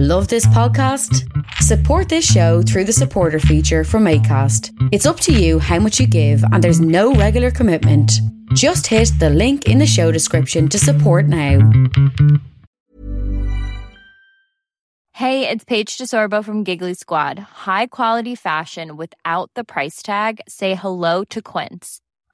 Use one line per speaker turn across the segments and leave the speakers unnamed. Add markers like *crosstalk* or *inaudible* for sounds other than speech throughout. Love this podcast? Support this show through the supporter feature from ACAST. It's up to you how much you give, and there's no regular commitment. Just hit the link in the show description to support now.
Hey, it's Paige DeSorbo from Giggly Squad. High quality fashion without the price tag. Say hello to Quince.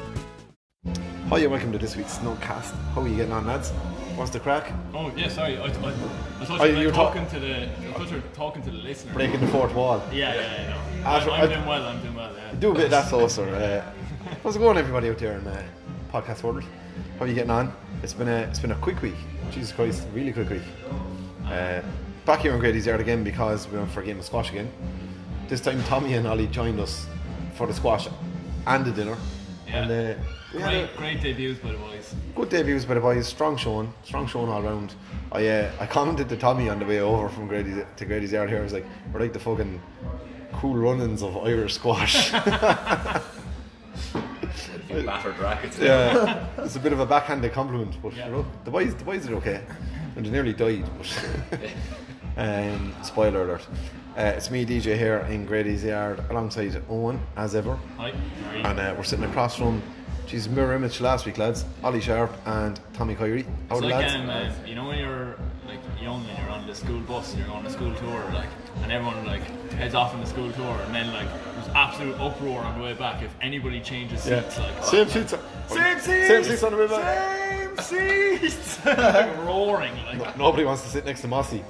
Hi and Oh, welcome to this week's Snugcast. How are you getting on, lads? What's the crack?
Oh yeah, sorry. I, I, I thought
Oh,
you
you
were
were talk-
talking to the. I thought you were talking to the listener.
Breaking the fourth wall.
Yeah, yeah, yeah. No.
Ah, so I-
I'm, I'm doing well. I'm doing well. Yeah.
Do a bit of that saucer. Uh, how's it going, everybody out there in uh, podcast world? How are you getting on? It's been a it's been a quick week. Jesus Christ, really quick week. Uh, back here on Grady's Yard again because we went for a game of squash again. This time Tommy and Ollie joined us for the squash and the dinner.
Yeah.
And uh, we had a-
Great, great debuts by the boys.
Good debuts by the boys. Strong showing, strong showing all round. I uh, I commented to Tommy on the way over from Grady's to Grady's yard here. I was like, we're like the fucking cool runnings of
*laughs*
Irish squash. *laughs*
battered rackets.
yeah, it's a bit of a backhanded compliment, but
Yeah.
look, the boys the boys are okay. And they nearly died,
*laughs*
but um, spoiler alert. Uh, it's me, DJ here in Grady's yard, alongside Owen as ever,
Hi. How are you?
and uh, we're sitting across from. She's mirror image last week, lads. Ollie Sharp and Tommy Kyrie. How are
It's
the
like
lads?
um, uh, you know when you're like young and you're on the school bus and you're on a school tour, like, and everyone like heads off on the school tour, and then like there's absolute uproar on the way back if anybody changes
oh, Yeah.
seats, like.
Same seats. Same seats. Same seats on the way back.
Same seats. *laughs* like, roaring like
Nobody wants to sit next to Mossy.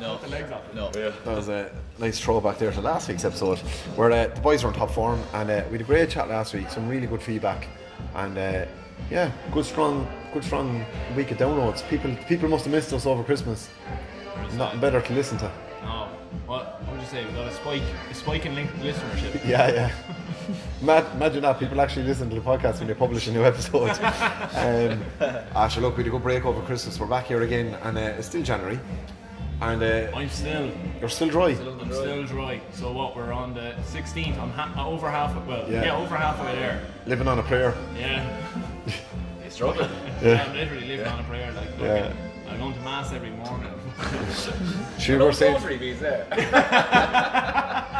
No.
the legs off.
No. Yeah.
That was a nice throwback there to last week's episode, where uh, the boys were in top form, and uh, we had a great chat last week. Some really good feedback, and uh, yeah, good strong, good strong week of downloads. People, people must have missed us over Christmas. Nothing better to listen to.
Oh, what, what would you say? We got a spike, a spike in link- listenership.
Yeah, yeah. Mad, imagine that people actually listen to the podcast when they publish a new episode. um, actually, look, we had a good break over Christmas. We're back here again, and uh, it's still January, and uh,
I'm still,
You're still dry.
I'm still dry. So what? We're on the 16th. I'm ha- uh, over half. Well,
Yeah.
yeah. over halfway there.
Living on a prayer.
*laughs* Yeah.
He's struggling.
*laughs* yeah. I'm literally living on a prayer. Like, look,
Yeah.
I'm going to mass every *laughs* morning.
Sure, we're saying.
Three B's there.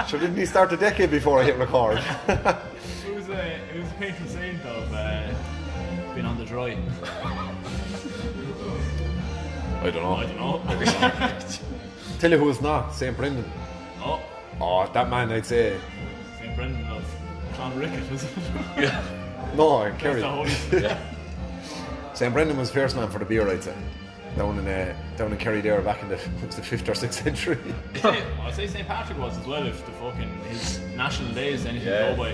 Sure, didn't he start a decade before I hit record?
who's a who's a patron saint of uh, being on the dry?
I don't
I
*laughs*
don't know.
Tell you who is not St. Brendan.
oh,
Oh, that man, I'd say.
St. Brendan of Clonricket was it?
No,
the
Kerry.
holy.
St. Brendan was first man for the beer, I'd say. Down in, uh, down in Kerry there back in the, *laughs* it was the 5th or 6th century.
Well, I'd say St. Patrick was as well if the fucking his national day is anything
Yeah.
to go by.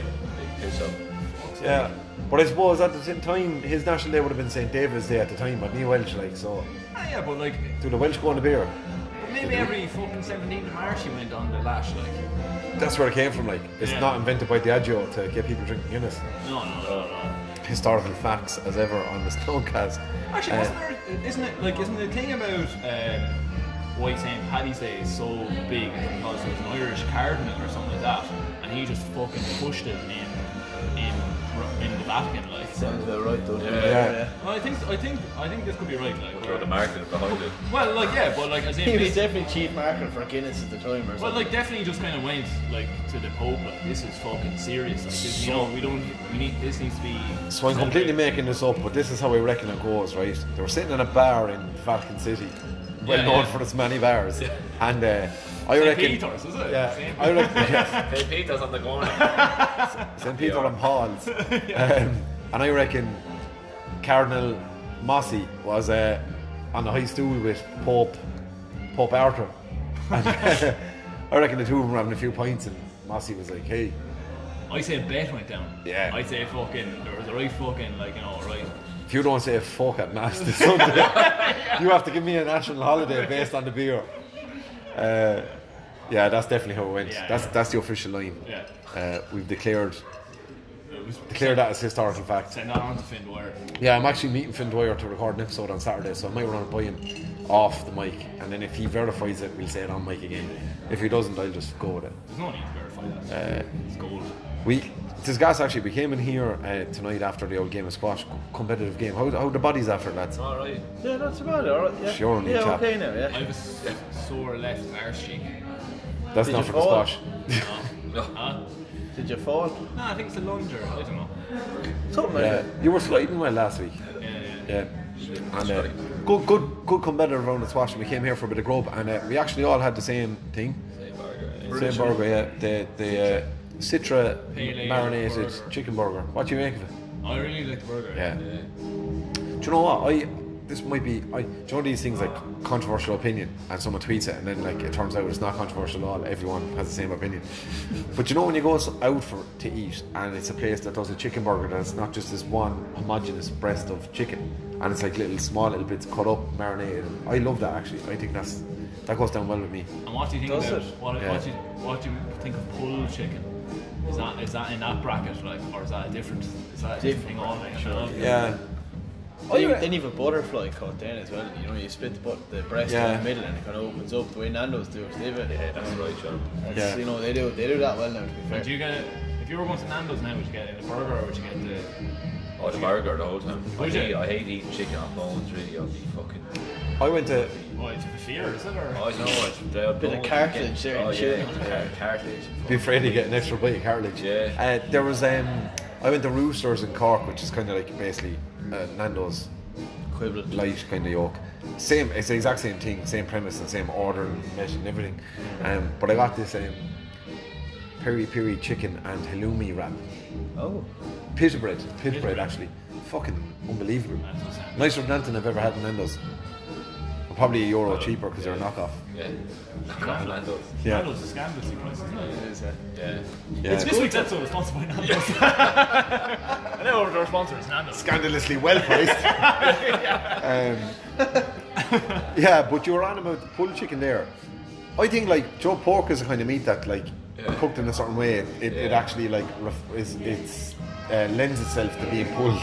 Here's some.
yeah. But I suppose at the same time, his national day would have been St. David's Day at the time, but he Welsh, like, so.
Ah, yeah, but like
Do the Welsh go on the beer?
maybe every fucking 17th of March he went on the lash, like.
That's where it came from, like. It's
Yeah.
not invented by Diageo to get people drinking Guinness.
No, no, no, no.
Historical facts, as ever, on this *laughs* podcast. Uh,
Actually, wasn't there, isn't it like isn't the thing about um, why St. Paddy's Day is so big is because there was an Irish cardinal or something like that, and he just fucking pushed it in in Ro- in the Vatican, like.
Sounds about right though.
Yeah.
Well, I think I think I think this could be right, like.
Throw the
where-
market behind it.
Well, like yeah, but like as in
He
they-
was definitely chief marketing for Guinness at the time or something.
Well, like definitely just kind of went like to the Pope. Like this is fucking serious. Like this, you know, we don't. We need this needs to be.
So I'm completely making this up, but this is how I reckon it goes, right? They were sitting in a bar in Vatican City, well
Yeah,
known
yeah.
for its many bars, and uh, I
St.
reckon.
Peter's, is
*laughs*
it?
Yeah,
St.
I reckon yes,
Hey, Peter's on the corner.
St. Peter and Paul's, um, and I reckon Cardinal Mossy was uh, on the high stool with Pope Pope Arthur. And, *laughs* I reckon the two of them were having a few pints, and Mossy was like, "Hey,
*laughs* I say a bet went down.
Yeah.
I say fucking there was a right fucking like you know right.
if you don't say fuck at mass this
*laughs*
Sunday, you have to give me a national holiday based on the beer. Uh, yeah, that's definitely how it went.
Yeah,
that's
yeah.
that's the official line.
Yeah.
Uh, we've declared
It was
declared that as historical fact.
send that on to Finn Dwyer.
Yeah, I'm actually meeting Finn Dwyer to record an episode on Saturday, so I might run it by him off the mic, and then if he verifies it, we'll say it on mic again. If he doesn't, I'll just go with it.
There's no need to verify that. it's gold.
We this gas actually we came in here uh, tonight after the old game of squash, competitive game. How how the bodies after that?
All right. Yeah, that's about it. All right. Yeah.
Sure, only
yeah,
chap.
okay now. Yeah.
I have a s- sore left arse cheek.
That's
Did
not for
you
the
fall?
squash.
Huh?
Did you fall?
No, Ah. I think it's a lunger. I don't know.
Something like
Yeah,
that.
you were sliding well last week.
Yeah, yeah.
Yeah. And uh, good, good, good competitive round of squash. We came here for a bit of grub, and uh, we actually all had the same thing. Same burger, yeah. The the uh, Citra
Pale ale
marinated
burger.
chicken burger. What do you make of it?
I really like the burger.
Yeah. Do you know what? I this might be. I do you know these things like controversial opinion, and someone tweets it, and then like it turns out it's not controversial at all. Everyone has the same *laughs* opinion. but you know when you go s- out for to eat, and it's a place that does a chicken burger that's not just this one homogenous breast of chicken, and it's like little small little bits cut up, marinated. I love that actually. I think that's that goes down well with me.
And what do you think
Does
about
it?
what,
Yeah.
what, do you, what do you think of pulled chicken? Is that is that in that bracket, like, or is that a different? Is that a different thing all sure.
Yeah. Oh,
Then you, then you have a butterfly cut down as well. You know, you split the, but- the breast
Yeah.
in the middle and it kind of opens up the way Nando's do it. They have it. Yeah, that's right, John.
Yeah.
You know, they do they do that well now. To be fair.
And do you get it? If you were going to Nando's now, would you get it in a burger or would you get the?
Oh, the burger the whole time. I
Would you?
hate, I hate eating chicken on bones, really. I'll be fucking.
I went to
Oh, it's a fear, is it?
I
Oh,
Or
know it's a
Bit of cartilage there
Oh,
and shit.
yeah, yeah, cartilage.
be afraid of getting extra bite of cartilage.
Yeah.
Uh, there was um, I went to Roosters in Cork, which is kind of like basically uh, Nando's
Equivalent.
light kind of yolk. Same, it's the exact same thing, same premise and same order and mesh and everything. Um, but I got this um, peri peri chicken and halloumi wrap,
Oh.
pita bread, pita
Pita
bread
bread.
actually, fucking unbelievable.
That's what sounds-
Nicer than anything I've ever had in Nando's. And Probably a euro cheaper because they're a knockoff.
Yeah. Grand Nando's.
Yeah.
Nando's is scandalously priced, isn't it?
It is, uh,
Yeah.
Yeah.
It's this week's episode
*laughs*
is sponsored by Nando's. *laughs* I know our sponsor is Nando's.
scandalously well priced.
*laughs*
um, yeah, but you were on about pulled chicken there. I think like Joe pork is a kind of meat that like cooked in a certain way, it, it, it
Yeah.
actually like ref- is it's uh, lends itself to being pulled.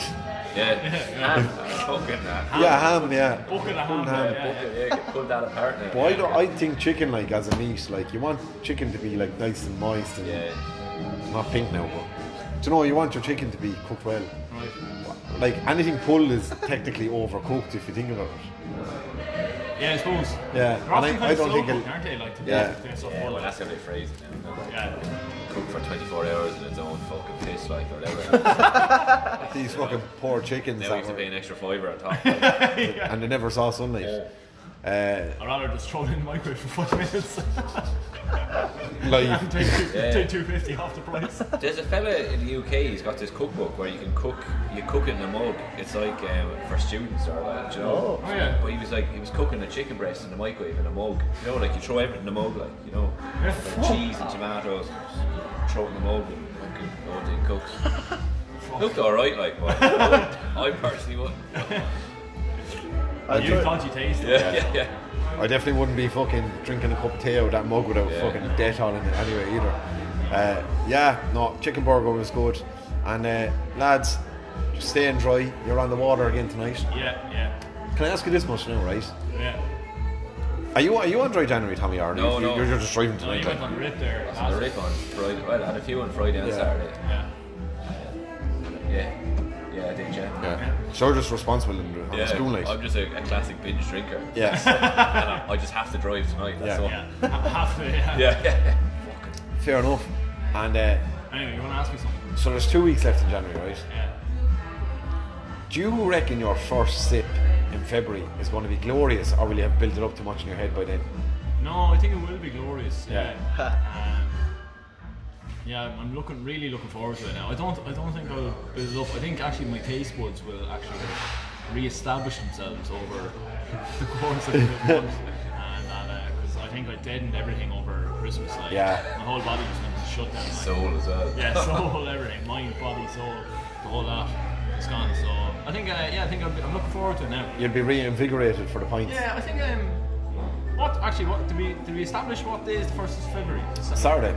Yeah. Ham. Fucking ham.
Yeah, ham. Yeah.
Bucket of ham.
Pulled
yeah,
ham.
yeah, yeah.
Yeah, yeah, get pulled that apart now.
But I, don't, I think chicken like as a meat, like you want chicken to be like nice and moist and
Yeah.
not pink now, but do you know you want your chicken to be cooked well.
Right.
Like anything pulled is technically overcooked if you think about it.
Yeah, I suppose.
Yeah,
They're
and
often
I-
kind
I
of
don't
slow
think it'll-
cooked, aren't they? Like to
Yeah.
be stuff
Yeah,
more
well,
like.
that's how they phrase it now.
Yeah.
Cook for 24 hours in its own fucking piss, like, or whatever.
These fucking poor chickens
now we
that
have to
were,
pay an extra fiver on top. Like,
and they never saw sunlight.
I'd rather just throw it in the microwave for five *laughs* minutes.
Uh, Like,
*laughs* take, two,
Yeah.
take 250 off the price.
There's a fella in the UK. He's got this cookbook where you can cook. You cook it in a mug. It's like um, for students or like, do you know.
Oh, yeah.
But he was like, he was cooking a chicken breast in the microwave in a mug. You know, like you throw everything in a mug, like you know, like cheese and tomatoes, and throw it in the mug and fucking no one did cooks. Looked all right, like, but I wouldn't- I personally wouldn't.
I
you
tried-
thought you tasted it.
*laughs* Yeah, yeah, yeah.
I definitely wouldn't be fucking drinking a cup of tea out of that mug without
Yeah.
fucking debt on it anyway either. Uh, yeah, no, chicken burger was good. And uh, lads, just staying dry. You're on the water again tonight.
Yeah, yeah,
Can I ask you this much now, right?
yeah.
Are you are you on dry January, Tommy? Or are
No,
you,
no.
You're, you're just driving
No,
tonight.
you went
like.
on a rip there.
I was on a rip on Friday. Well, I had a few on Friday and
Yeah.
Saturday.
Yeah.
Yeah. Yeah, I did, yeah.
yeah. So you're just responsible in, on
Yeah,
a school night.
I'm just a, a classic binge drinker.
yeah,
And I, I just have to drive tonight, that's
Yeah.
all.
Yeah. *laughs* Half the, yeah.
Yeah, *laughs* yeah.
fair enough. And uh,
Anyway, you want to ask me something?
so there's two weeks left in January, right?
Yeah.
Do you reckon your first sip in February is going to be glorious, or will you have built it up too much in your head by then?
No, I think it will be glorious.
Yeah.
Yeah. Um, yeah, I'm- I'm looking really looking forward to it now. I don't I don't think I'll build it up. I think actually my taste buds will actually re-establish themselves over *laughs* the course of the month. And that, because I think I deadened everything over Christmas. Like,
Yeah.
My whole body just went to shut down. like-
Soul as well.
yeah, *laughs* soul, everything, mind, body, soul, the whole lot. It's gone. So I think, uh, yeah, I think I'm, I'm looking forward to it now.
You'll be reinvigorated for the pints.
Yeah, I think um, what actually? What do we do? We establish what day is the first of February? Sa-
Saturday.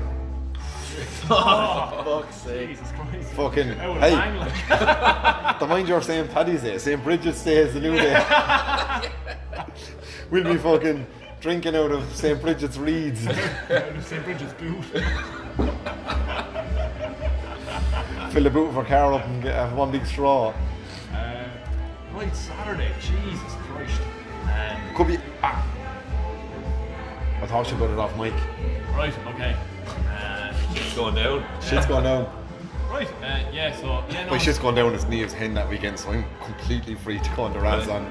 Fuck's sake.
Jesus Christ!
Fucking-
I would
hey.
bang, like- *laughs*
The mind your St. Paddy's Day, St. Bridget's Day is the new day. we'll be fucking drinking out of St. Bridget's reeds.
out of St Bridget's boot.
Fill a boot for Carol up and get have one big straw.
Uh, right, Saturday. Jesus Christ. Um,
Could be. Ah. I thought you got it off mic.
right. Okay. Uh,
It's going down.
Shit's gone down.
right. Uh, yeah. So yeah. No,
My shit's gone down. It's Neve's hen that weekend, so I'm completely free to go on the rants on,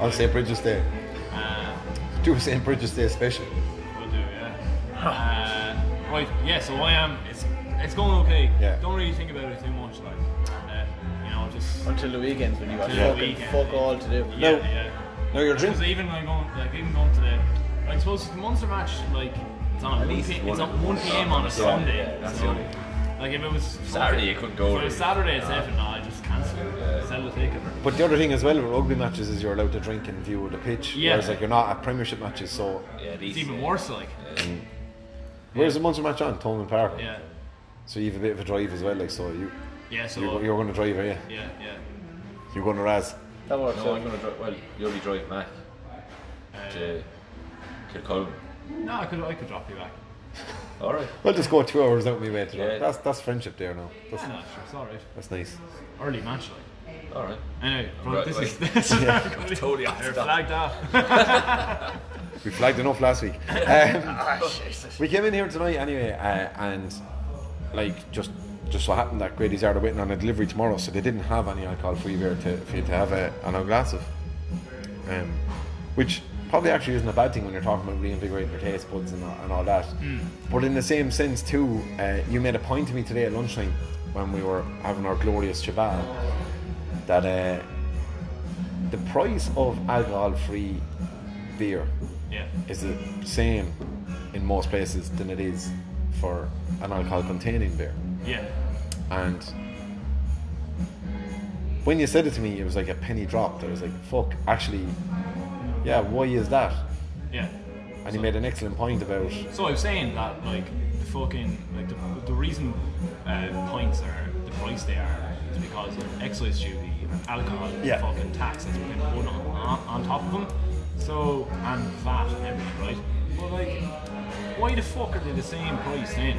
on St. Bridget's Day.
uh,
Do a St. Bridget's Day special.
Will do, yeah. uh, right, yeah, so I am, it's it's going okay.
Yeah.
Don't really think about it too much, like, uh, you know, just.
Until the weekends when you got
Until the
fucking
weekend,
fuck
yeah.
all to do.
Yeah,
No.
yeah.
No, you're
Because
drinking.
even like going, like, even going today, like, suppose the Munster match, like, it's on, 1
least
p-
one-
it's on 1
it's
pm
on-
on a
it's on,
Sunday.
yeah, that's
so,
the only-
Like, if it was.
Saturday, you couldn't go
If it was
really.
Saturday, it's definitely, no, I just cancel it. Sell the ticket.
But the other thing as well with rugby matches is you're allowed to drink in view of the pitch,
Yeah.
whereas like you're not at Premiership matches. So
Yeah,
It's even worse, like,
where's the Munster match on? Tolman Park.
yeah.
So you have a bit of a drive as well. Like so you
Yeah, so. uh,
you're, you're going to drive, are you?
yeah, yeah.
You're going to Raz.
That works
No, Uh,
out.
I'm going to drive. Well, you'll be driving back to Kilcullen.
No, I could, I could drop you back.
All right.
We'll just go two hours out my way to
Yeah.
that. That's that's friendship there now. That's,
Yeah, no, sure, it's alright.
that's nice.
Early match, like.
All right.
Anyway, bro,
Right,
this
like-
is *laughs* this is
Yeah.
Totally off
They're
topic.
flagged off.
We flagged enough last week. Um, we came in here tonight anyway, uh, and like just just so happened that Grady's are waiting on a delivery tomorrow, so they didn't have any alcohol-free beer to, for you to have a, on a glass of, um, which probably actually isn't a bad thing when you're talking about reinvigorating your taste buds and all, and all that. But in the same sense too, uh, you made a point to me today at lunchtime when we were having our glorious Shabbat that uh, the price of alcohol-free beer
Yeah.
is the same in most places than it is for an alcohol containing beer.
Yeah.
And when you said it to me, it was like a penny dropped. I was like, fuck, actually, yeah, why is that?
Yeah.
And he made an excellent point about,
So I was saying that like the fucking like the, the reason uh, points are the price they are is because of excise duty and alcohol
Yeah.
fucking tax that's been put on, on on top of them. So and VAT and everything, right? But like, why the fuck are they the same price then?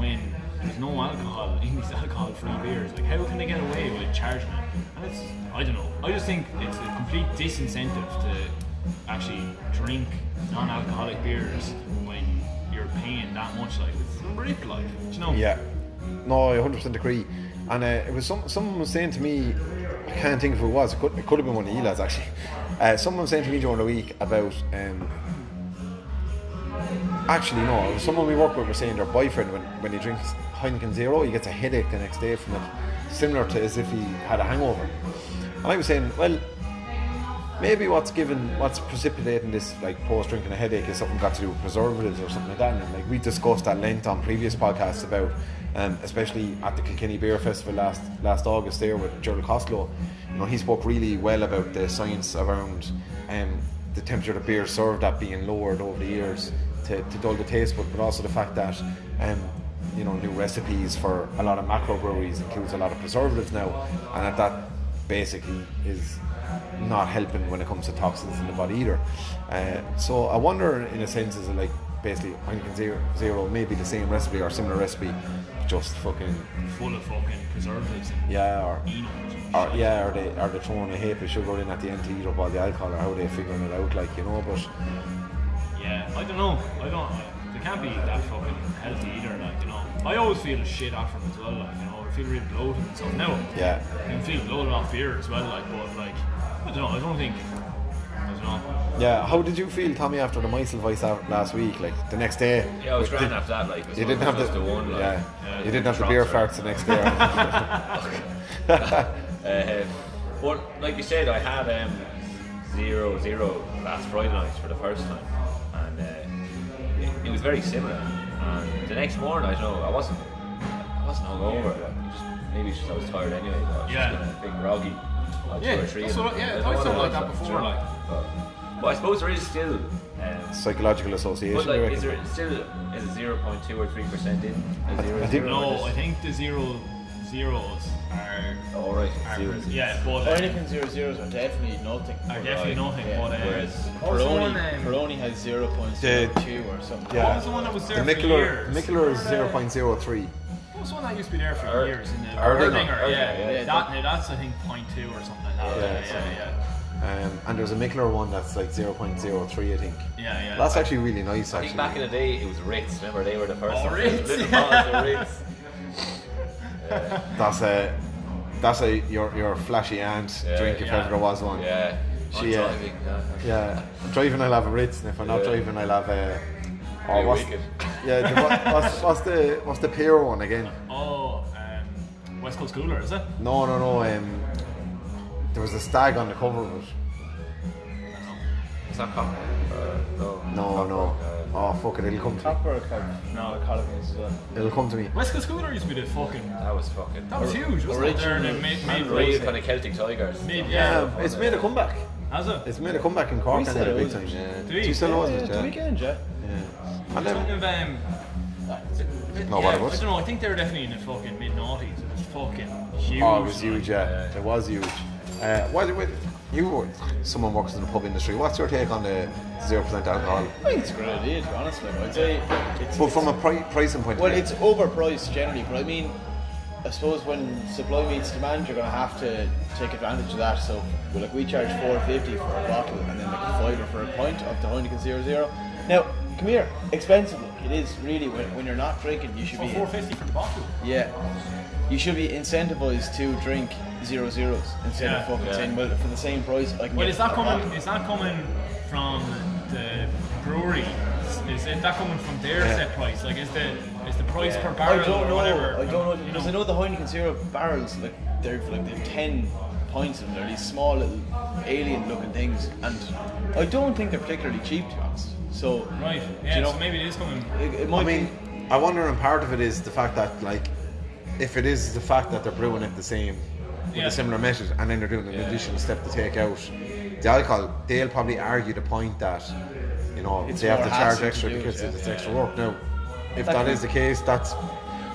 When there's no alcohol *laughs* in these alcohol-free beers, like how can they get away with charging it? And it's I don't know. I just think it's a complete disincentive to actually drink non-alcoholic beers when you're paying that much. Like it's rip, like do you know?
yeah, no, I 100% agree. And uh, it was some, someone was saying to me, I can't think of who it was, it could, it could have been one of you lads actually. Uh, someone was saying to me during the week about um, Actually, no. It was Someone we work with was saying their boyfriend, when, when he drinks Heineken Zero, he gets a headache the next day from it, similar to as if he had a hangover. And I was saying, well, maybe what's given, what's precipitating this like post drinking a headache is something got to do with preservatives or something like that. And like we discussed at length on previous podcasts about, um, especially at the Kilkenny Beer Festival last last August there with Gerald Costello, you know, he spoke really well about the science around. Um, the temperature of the beer served at being lowered over the years to, to dull the taste, but, but also the fact that um, you know new recipes for a lot of macro breweries includes a lot of preservatives now, and that that basically is not helping when it comes to toxins in the body either. Uh, so I wonder, in a sense, is it like basically Heineken Zero, Zero maybe the same recipe or similar recipe, just fucking
full of fucking preservatives and
yeah, or
phenols and
or
shit.
yeah, or they are they throwing a heap of sugar in at the end to eat up all the alcohol, or how they figuring it out, like you know. But
Yeah, I don't know. I don't. They can't be that fucking healthy either. Like you know, I always feel shit after them as well. Like you know, I feel real bloated and stuff. Now,
Yeah.
I can feel bloated off beer as well. Like, but like, I don't know. I don't think. I don't know.
yeah, how did you feel, Tommy, after the Meisel Vice out last week? Like the next day,
Yeah, I was
Did-
grand after that. Like, as
you
long
didn't have
as it
the,
was the one. Like, uh,
yeah,
Yeah,
you didn't have the
drops
beer
are-
farts the next day.
*laughs* Um, but like you said, I had um, zero zero last Friday night for the first time, and uh, it, it was very similar. And the next morning, I don't know I wasn't, I wasn't hungover. Like, it just, maybe it's just I was tired anyway. But I was
Yeah.
just kind of big groggy. Like
Yeah,
two or three
that's
of
what I-
them.
yeah,
I don't
I've
know
done
what
like
it
that
was,
before, like.
but, but I suppose there is still. Um,
Psychological association.
but
you
like,
reckon?
is there still is it zero point two or three percent in? Is zero,
I think-
zero,
No, I think the zero zeros are.
All right.
are
zero.
yeah, but uh,
Heineken zero zeros are definitely nothing.
are definitely nothing.
Yeah.
But uh,
Whereas
what was the one?
Peroni,
Um, what
Peroni has zero point zero two or something.
Yeah.
was the one that was
the
there for
Mickler,
years?
Mickler is
Uh,
zero point zero three.
What was the one that used to be there for
Er-
years? In the
Erdinger.
Erdinger, yeah,
Erdinger,
yeah.
That, no, that's I think point two or something like that.
Yeah,
Yeah, yeah,
something.
yeah.
Um, and there's a Mickler one that's like 0.03, I think.
Yeah, yeah.
That's actually really nice,
I
actually.
think back in the day it was Ritz. Remember they were the first.
Oh,
ones.
Ritz,
Little
yeah.
bottles of
*laughs*
Ritz.
that's a that's a your your flashy aunt
Yeah,
drink if
yeah.
ever there was one.
Yeah.
She,
On
uh,
driving, yeah.
Yeah. Driving, I'll have a Ritz, and if I'm not
Yeah.
driving, I'll have a. oh,
Very
what's,
wicked.
yeah, the, what- what's, what's the what's the pear one again?
Oh, um, West Coast Cooler, is it?
No, no, no. Um, there was a stag on the cover of it.
It's not cock. Uh, no.
No,
Cock,
no.
uh,
Oh fuck it, it'll come to me.
Copper or copper?
No.
Colonies as well.
It'll come to me.
West Coast Cooler used to be the fucking.
that was fucking.
That was huge, wasn't it? There in the mid, mid,
And real kind of Celtic Tigers.
mid, yeah.
Yeah, it's made a comeback.
Has it?
It's made a comeback in Cork
We
and
said
a
it
big
was-
time. Yeah.
we?
You said it was,
Yeah,
yeah.
the weekend, yeah.
And
Something
then,
of, um,
No,
yeah,
what it was?
I don't know. I think they were definitely in the fucking mid noughties. It was fucking huge.
oh, it was
like.
huge, yeah. It was huge. Uh, why did you? were- Someone works in the pub industry. What's your take on the zero percent alcohol?
I think it's a great idea, to be honest. Like, I'd say it's,
But from a pri- pricing point
well,
of
it's
view,
overpriced generally, but I mean, I suppose when supply meets demand, you're gonna have to take advantage of that. So, well, like, we charge four fifty for a bottle, and then like a fiver for a pint up to Heineken Zero Zero. Now, come here, expensive. Look, it is really when, when you're not drinking, you should
For
be
four fifty for the bottle.
Yeah. You should be incentivized to drink zero zeros instead
Yeah.
of fucking
Yeah.
saying, well, for the same price, I can
Well,
get
is that
a
coming?
bottle."
Is that coming from the brewery? Is it that coming from their set price? Like, is the is the price per barrel
I don't
or
know.
whatever?
I don't know
You
because I know the Heineken Zero barrels like they're like they've ten pints of them. They're these small little alien-looking things, and I don't think they're particularly cheap to be honest. So
Right.
do
Yeah.
you know,
so maybe it is coming.
it, it might
I mean, I wonder. And part of it is the fact that, like, if it is the fact that they're brewing it the same with
Yeah.
a similar method, and then they're doing an additional step to take out the alcohol, they'll probably argue the point that you know
It's
they have
more
to charge
hassle to
extra
do it,
because
yeah.
it's extra work. Now, if
That
that
can-
is the case, that's
be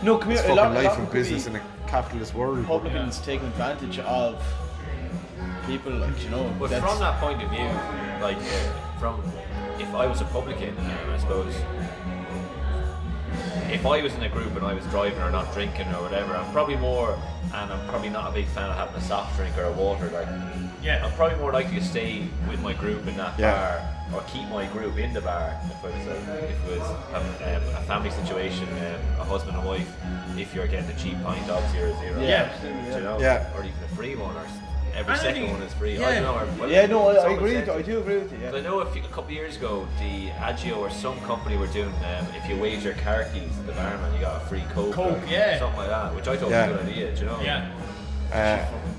no. Come here,
it's
a
fucking
lot, a lot
life
of them
and
could be-
business in a capitalist world. but-
Republicans taking advantage of people like you know.
But
that's-
from that point of view, like uh, from if I was a publican, um, I suppose if I was in a group and I was driving or not drinking or whatever, I'm probably more, and I'm probably not a big fan of having a soft drink or a water. Like,
Yeah.
I'm probably more likely to stay with my group in that
Yeah.
bar or keep my group in the bar if it was a, if it was a, um, a family situation, um, a husband and wife. If you're getting a cheap pint of zero zero,
Yeah.
you know,
Yeah.
or even a free one, or s- every
I don't
second
think-
one is free.
yeah.
I don't know. or whether
Yeah, no, I,
it's
I
all
agree. With you.
perception.
I do agree with you.
But I
Yeah.
know a, few, a couple of years ago, the Agio or some company were doing, um, if you waved your car keys at the barman, you got a free Coke.
Coke,
or
yeah.
Something like that, which I thought
Yeah.
was a good idea, do you know?
Yeah.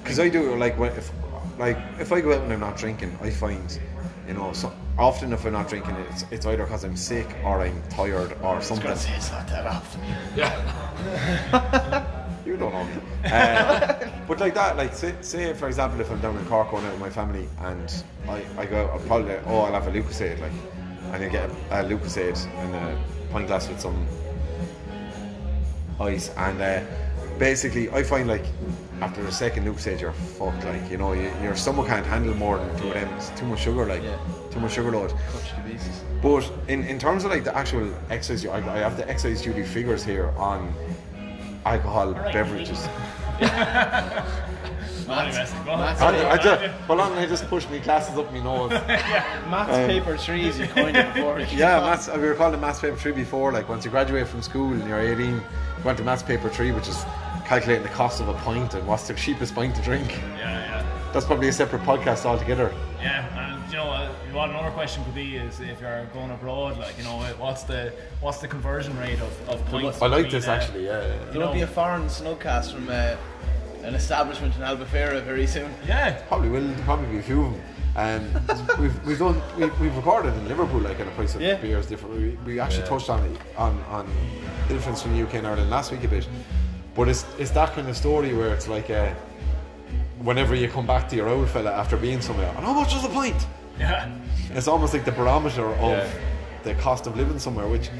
because Uh, I do like when if like if I go out and I'm not drinking, I find you know so often if I'm not drinking, it's it's either because I'm sick or I'm tired or
I was
something.
gonna say it's not that often.
Yeah.
You don't know me. Uh, but like that, like say, say for example, if I'm down in Cork going out with my family and I, I go out, I'll probably oh I'll have a Lucasade like, and I get a, a Lucasade and a pint glass with some ice and uh, basically I find like after the second Luke stage, you're fucked. Like you know, you, your stomach can't handle more than two of them. It's too much sugar. Like
Yeah.
too much sugar load.
Touch the pieces.
But in, in terms of like the actual excise, I, I have the excise duty figures here on alcohol beverages.
Matt's,
Matt's-
I, I just, hold on, I just pushed my glasses up my nose.
Maths paper threes you coined it *laughs*
*laughs*
before.
Um, Yeah, maths. uh, We were calling maths paper three before. Like once you graduate from school and you're 18, you went to maths paper three, which is calculating the cost of a pint and what's the cheapest pint to drink.
Yeah, yeah.
That's probably a separate podcast altogether.
Yeah, and you know uh, what? Another question could be is if you're going abroad, like you know, what's the what's the conversion rate of, of points?
I like
between,
this
uh,
actually. Yeah. yeah.
There'll be a foreign snowcast from uh, an establishment in Albufeira very soon.
Yeah,
Probably will. There'll probably be a few of them. Um, we've we've done we, we've recorded in Liverpool like at a price of
Yeah.
beers different. We, we actually touched on it on on influence from the UK and Ireland last week a bit, but it's it's that kind of story where it's like uh whenever you come back to your old fella after being somewhere, and how much was the pint?
yeah,
It's almost like the barometer of the cost of living somewhere, which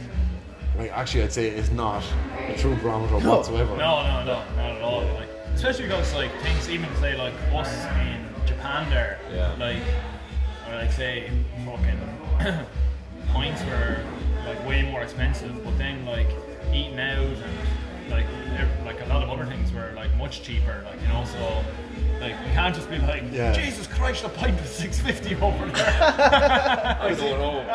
like actually I'd say is not a true barometer whatsoever.
no, no, no, not at all. Like, especially because like things, even say like us in Japan, there,
Yeah.
like or like say fucking *coughs* points were like way more expensive, but then like eating out and like ev- like a lot of other things were like much cheaper, like you know, so. Like you can't just be like,
Yeah.
Jesus Christ, a pint was six fifty over there. *laughs*
I'm going home.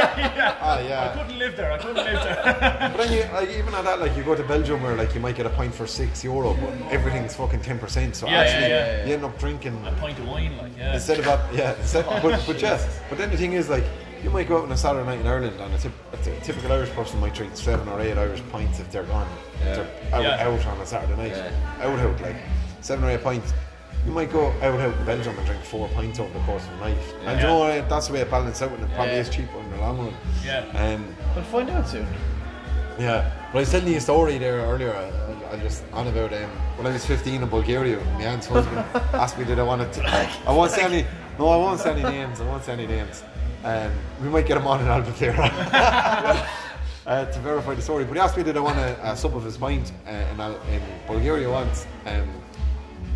Ah,
I
yeah.
couldn't live there. I couldn't live there. *laughs*
But then you, like, even at that, like you go to Belgium where like you might get a pint for six euro, but everything's fucking ten percent. So
Yeah, yeah,
actually,
yeah,
you end up drinking
a pint of wine, like yeah.
instead of up, yeah. Instead,
Oh,
but but yes. But then the thing is, like, you might go out on a Saturday night in Ireland, and a, tip, a, t- a typical Irish person might drink seven or eight Irish pints if they're gone.
Yeah.
If they're out,
Yeah.
out on a Saturday night,
Yeah.
out out like seven or eight pints. You might go out out in Belgium and drink four pints over the course of the night. And you know what, that's the way it balances out, and it probably
Yeah.
is cheaper in the long run.
Yeah.
Um,
We'll find out soon.
yeah, but I was telling you a story there earlier. I, I just on about um, when I was 15 in Bulgaria. My aunt's husband asked me did I want to. I won't say any. No, I won't say any names. I won't say any names. Um, we might get him on in Albufeira *laughs* uh, to verify the story. But he asked me did I want a, a sub of his pint uh, in, Al- in Bulgaria once. Um,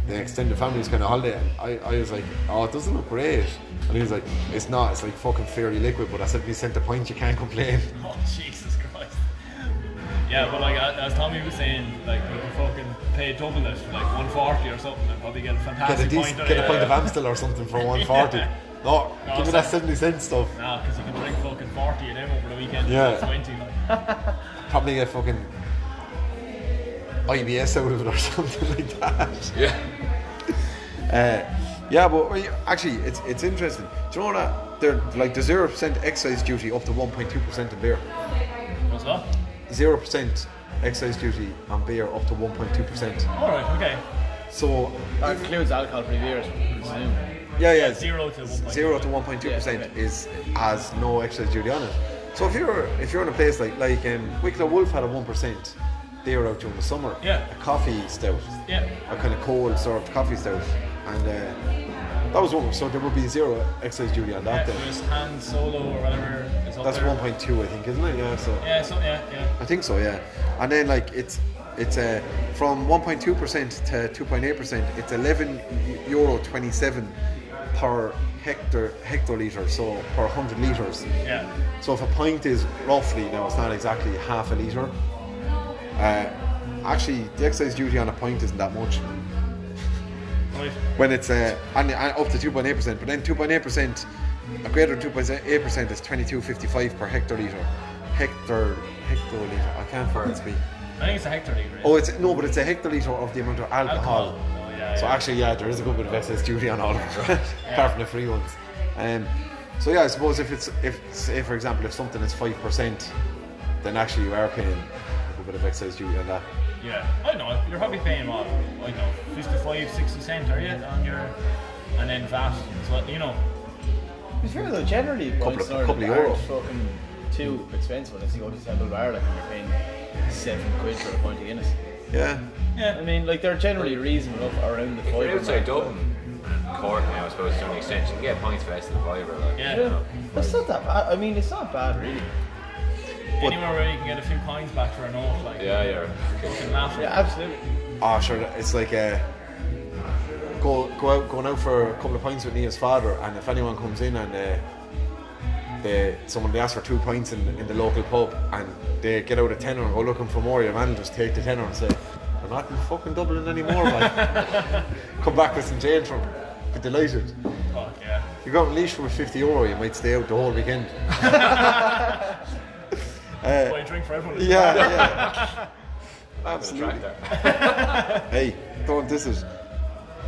the extended family's kind of holiday. And I, I was like, oh, it doesn't look great. And he was like, it's not. It's like fucking fairy liquid. But I said, we sent a pint. You can't complain.
Oh Jesus Christ! Yeah, but like a- as Tommy was saying, like we could fucking pay double it, like one forty or something, and probably get a
Get a,
fantastic
decent,
pint.
get a pint of Amstel or something for
*laughs*
140.
Yeah.
No,
No,
give me
it's
that
not-
70 cent stuff.
Nah, because you can drink fucking forty of them over the weekend.
Yeah.
Yeah, twenty. Like.
Probably get fucking IBS out of it or *laughs* something like that.
Yeah.
Uh, yeah, but we- actually, it's it's interesting. Do you know that they're like the zero percent excise duty up to 1.2 percent in beer.
What's that?
Zero percent excise duty on beer up to 1.2 percent.
All right, okay.
So
That includes alcohol free beers. we presume.
yeah, yeah,
Zero to one point.
zero to one point two percent
Yeah.
is has no excise duty on it. So if you're if you're in a place like like um, Wicklow Wolf had a one percent, they were out during the summer.
Yeah.
A coffee stout.
Yeah.
A kind of cold served coffee stout, and uh, that was one. So there would be zero excise duty on
Yeah,
that. then
just hand solo or whatever is up
that's
there.
one point two, I think, isn't it? Yeah. So
Yeah, so yeah, yeah.
I think so. Yeah. And then like it's it's uh, from one point two percent to two point eight percent. It's eleven euro twenty seven per hectare hectoliter. So per hundred liters.
Yeah.
So if a pint is roughly, now it's not exactly half a litre, uh, actually the excise duty on a pint isn't that much.
Right.
When it's uh, and, and up to 2.8%, but then 2.8%, a greater than 2.8% is 22.55 per hectolitre. Hector, hectolitre, I can't fucking speak.
I think it's a hectoliter. right?
Oh, it's no, but it's a hectolitre of the amount of alcohol.
Alcohol. Oh, yeah,
so
yeah.
actually, yeah, there is a good bit of excess duty on all of them, apart from the free ones. Um, so yeah, I suppose if it's if say for example if something is five percent, then actually you are paying a good bit of excess duty on that.
Yeah, I know. You're probably paying what? I know, 55, 60 cent, are you? On your, and then VAT. So you know,
To be fair though, generally pints in
of-
Ireland
couple of
aren't fucking too expensive unless you go to Central Ireland and you're paying seven quid for a pint of Guinness.
Yeah,
I mean, like they're generally reasonable up around the
If
fiver.
you're
mark,
outside
but-
Dublin, Cork now, I suppose, to an extent, you can get points for less than five or like.
Yeah.
you
Yeah,
know.
it's not that bad. I mean, it's not bad really.
anywhere where you can get a few coins back for a note, like
Yeah, yeah.
fucking laugh.
Yeah, absolutely.
oh sure, Ah, it's like uh, go go out going out for a couple of pints with Nia's father, and if anyone comes in and uh, they someone they ask for two pints in, in the local pub, and they get out a tenner and go looking for more, your man just take the tenner and say, "We're not in fucking Dublin anymore, man. *laughs* Come back with some jail from." Be delighted.
Oh, yeah.
You got unleashed for 50 euro, you might stay out the whole weekend.
Buy a drink for everyone.
Yeah, yeah. Absolutely.
Tractor.
*laughs* Hey, don't diss it.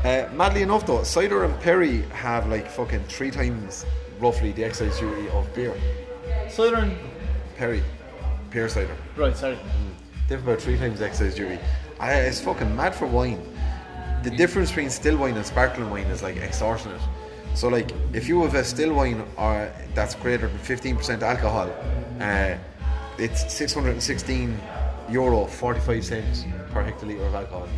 Uh, madly enough, though, cider and Perry have like fucking three times roughly the excise duty E of beer.
Cider and
Perry, pear cider.
Right, sorry.
They have about three times the excise duty. I, it's fucking mad for wine. The difference between still wine and sparkling wine is like extortionate. So, like, if you have a still wine or that's greater than 15% alcohol, uh, it's 616 euro 45 cents per hectoliter of alcohol.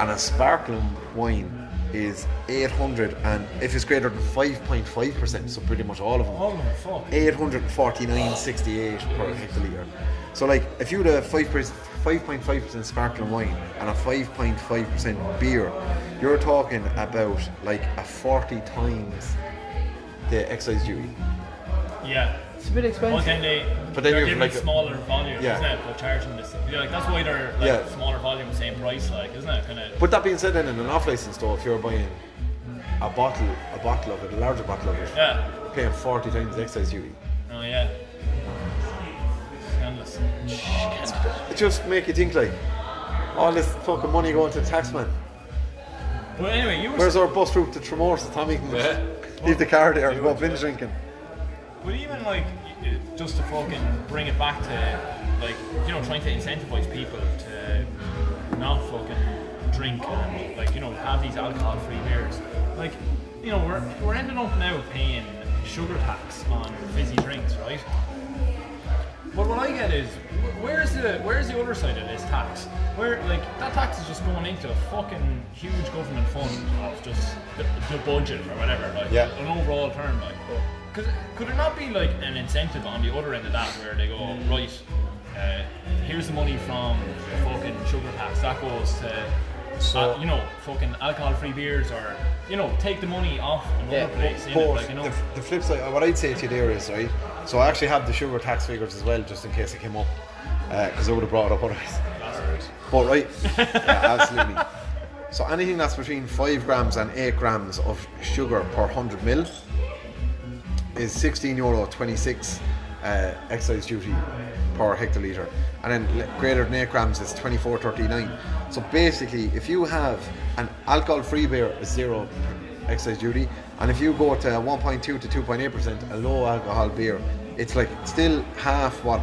And a sparkling wine is 800, and if it's greater than 5.5%, so pretty much all of them.
oh, fuck.
849.68 per hectoliter. So, like, if you had a 5.5 percent sparkling wine and a 5.5 percent beer, you're talking about like a 40 times the excise duty.
Yeah.
It's a bit
But
expensive.
then they,
But
but
then
then they're
you've
giving
like a-
smaller volume,
Yeah.
isn't it? But charging this, yeah, like that's why they're like
Yeah.
smaller volume, same price, like, isn't it? Kind of.
But that being said, then in an off license store, if you're buying a bottle, a bottle of it, a larger bottle of it,
Yeah.
paying 40 times the excise duty,
Oh yeah. Scandalous.
it just make you think like all this fucking money going to taxman.
But anyway, you were.
Where's our bus route to Tremor so Tommy can
Yeah.
leave the car there and go binge drinking?
But even like y- uh, just to fucking bring it back to like you know trying to incentivize people to not fucking drink and like you know have these alcohol-free beers. Like you know we're we're ending up now paying sugar tax on fizzy drinks, right? But what I get is wh- where's the where's the other side of this tax? Where like that tax is just going into a fucking huge government fund of just the, the budget or whatever, like
Yeah.
an overall term, like. Could, could it not be like an incentive on the other end of that where they go,
Mm.
right, uh, here's the money from the fucking sugar tax that goes to,
So-
uh, you know, fucking alcohol free beers or, you know, take the money off another
Yeah,
place. innit?
But
like, you know,
the, the flip side, what I'd say to you there is, right? So I actually have the sugar tax figures as well, just in case it came up, because I would have brought it up otherwise. But right,
*laughs*
yeah, absolutely. So anything that's between five grams and eight grams of sugar per hundred mil is sixteen euro twenty six uh, excise duty per hectoliter, and then le- greater than eight grams is twenty four thirty nine. So basically, if you have an alcohol free beer, is zero excise duty, and if you go to one point two to two point eight percent, a low alcohol beer, it's like still half what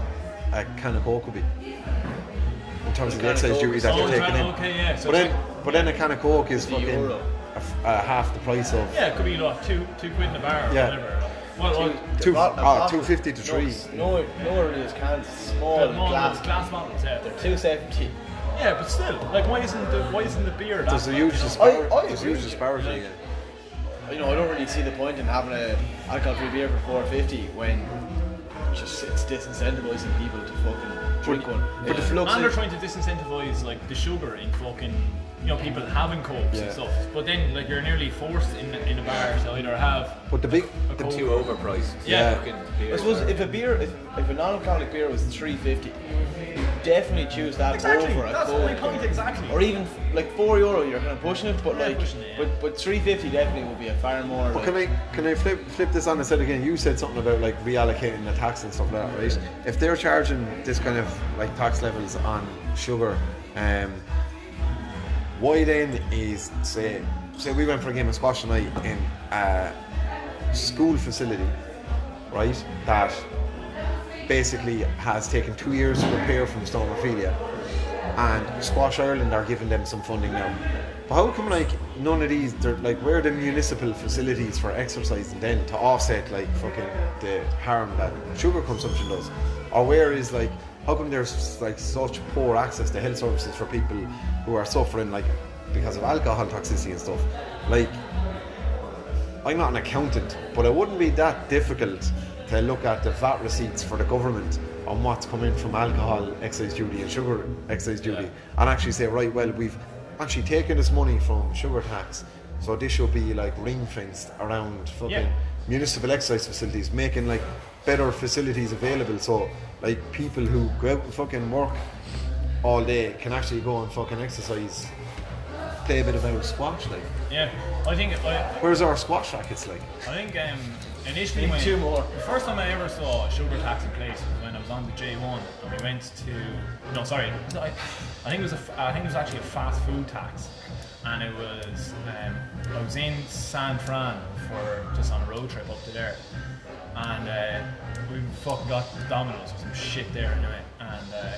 a can of coke would be in terms of the
can of
excise
Coke
duty
is
that
Oh,
you're
is
taking
that-
in.
okay, yeah, so
but
it's
then, but then a can of coke is fucking
euro.
a f- a half the price of
yeah, it could be like two, two quid in a bar or
Yeah.
whatever. like. Well, well,
Two-
bot-
ah,
bottle-
250 to
no,
three.
it's- No, no, it is cans, small
well, no,
glass.
glass, glass bottles, yeah.
They're 270.
Yeah, but still, like, why isn't the why isn't the beer?
There's a
that-
huge disparity.
I- I
There's a
agree
Oh, huge
with you.
disparity.
Like-
yeah.
You know, I don't really see the point in having a alcohol-free beer for 450 when just it's disincentivizing people to fucking drink
But-
one.
but
It
if-
looks
And they're
like-
trying to disincentivize like the sugar in fucking you know people having cokes
Yeah.
and stuff. But then like you're nearly forced in in a bar to either have
But the big,
a
the
Coke-
Too overpriced.
Yeah.
Fucking beer
I suppose
bar.
if a beer, if, if a non-alcoholic beer was 350, you definitely choose that
Exactly,
over a
that's
Coke.
my point, exactly.
Or even like four euro, you're kind of pushing it, but
Yeah,
like,
pushing it, yeah.
but but 350 definitely would be a far more.
But
like-
can I can I flip flip this on its head again? You said something about like reallocating the tax and stuff like that, right? If they're charging this kind of like tax levels on sugar, um, why then is say say we went for a game of squash tonight in a school facility, right? That basically has taken two years to repair from Stormophilia, and Squash Ireland are giving them some funding now. But how come like none of these? They're like where are the municipal facilities for exercising then to offset like fucking the harm that sugar consumption does, or where is like how come there's like such poor access to health services for people who are suffering like because of alcohol toxicity and stuff, like. I'm not an accountant, but it wouldn't be that difficult to look at the VAT receipts for the government on what's coming from alcohol excise duty and sugar excise duty and actually say, right, well, we've actually taken this money from sugar tax So this should be like ring fenced around fucking
Yeah.
municipal exercise facilities, making like better facilities available so like people who go out and fucking work all day can actually go and fucking exercise, play a bit of our squash like.
Yeah, I think I,
Where's our squash rackets like?
I think um, initially
Need
when,
two more.
the first time I ever saw sugar tax in place was when I was on the J1 and we went to no sorry no, I, I think it was a f- I think it was actually a fast food tax and it was um, I was in San Fran for just on a road trip up to there and uh, we fucking got Domino's or some shit there anyway and. Uh,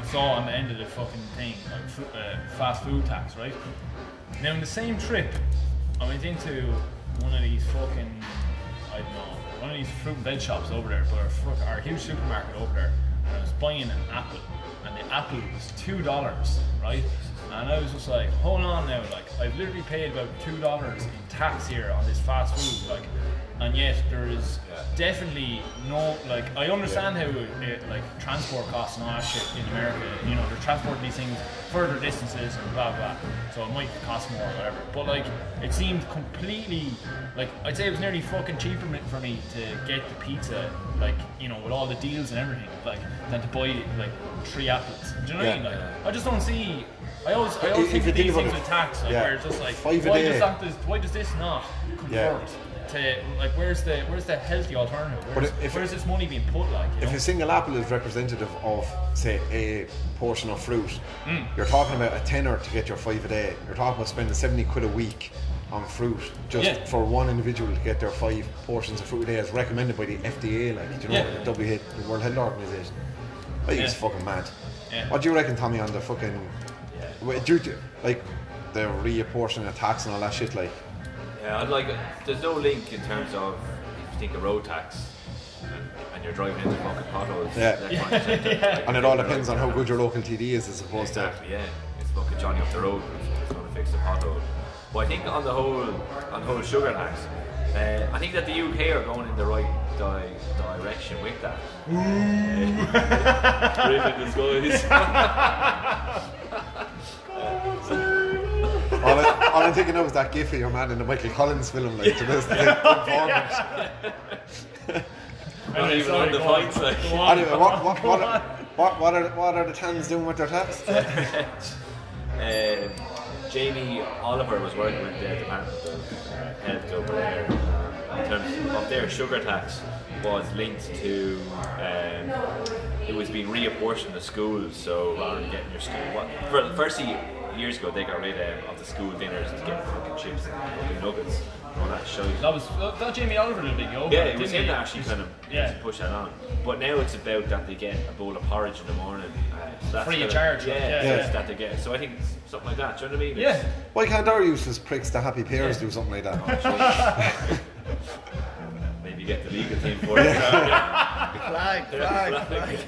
I saw on the end of the fucking thing, like fu- uh, fast food tax, right? Now, in the same trip, I went into one of these fucking, I don't know, one of these fruit and veg shops over there, but our, fuck, our huge supermarket over there, and I was buying an apple, and the apple was $2, right? And I was just like, hold on now, like, I've literally paid about $2 in tax here on this fast food, like, and yet there is definitely no like I understand how uh, like transport costs and all that shit in America. You know, they're transporting these things further distances and blah blah. So it might cost more or whatever. But like it seemed completely like I'd say it was nearly fucking cheaper mi- for me to get the pizza like you know with all the deals and everything like than to buy like three apples. Do you know what I mean?
Yeah.
Like I just don't see. I always I
But
always
if
think
you think
of these
about
things
it,
with tax like
yeah,
where it's just like
five a
why
day.
does that does, why does this not convert?
Yeah.
to like where's the where's the healthy alternative?
But
Where's,
if-
where's this money being put like? You
If
know?
a single apple is representative of, say, a portion of fruit,
Mm.
you're talking about a tenner to get your five a day. You're talking about spending 70 quid a week on fruit just
Yeah.
for one individual to get their five portions of fruit a day as recommended by the FDA, like, do you know,
Yeah.
the WHO, the World Health Organization. I think it's
Yeah.
fucking mad.
Yeah.
What do you reckon, Tommy, on the fucking. Wait, do you, like, the reapportioning of tax and all that shit, like,
Yeah, I'd like. There's no link in terms of if you think of road tax and, and you're driving into fucking potholes.
Yeah.
left, right, centre, like,
and it all depends on how good your local TD is as opposed to.
Exactly. Yeah, it's fucking Johnny up the road who's going to fix the pothole. But I think on the whole, on the whole sugar tax, uh, I think that the UK are going in the right di- direction with that. *laughs* Uh, Ribbon is guys.
all, I, all I'm thinking of is that gif of your man in the Michael Collins film, like,
*laughs*
to this thing.
Not even on the fights. Like.
Anyway, what, what, what, are- what, what, are, what are the tans doing with their taps?
*laughs* Um, Jamie Oliver was working with the Department of uh, Health over there um, in terms of their sugar tax was linked to um, it was being reapportioned to schools. So rather than getting your school, what, for, firstly years ago they got rid um, of the school dinners to get fucking chips and fucking nuggets and all that shit.
That was that, that Jamie Oliver did a big yoga.
Yeah, it was
didn't
him
he?
that actually kind of
Yeah.
pushed that on. But now it's about that they get a bowl of porridge in the morning. Uh, so that's
Free of
kinda-
charge,
Yeah,
like, yeah,
that's
yeah.
that they get. So I think it's something like that. Do you know what I mean?
Yeah.
Why can't our useless pricks, the happy pears, do something like that?
It's- Maybe get the legal team for it.
*laughs*
Yeah.
Flag, flag, flag.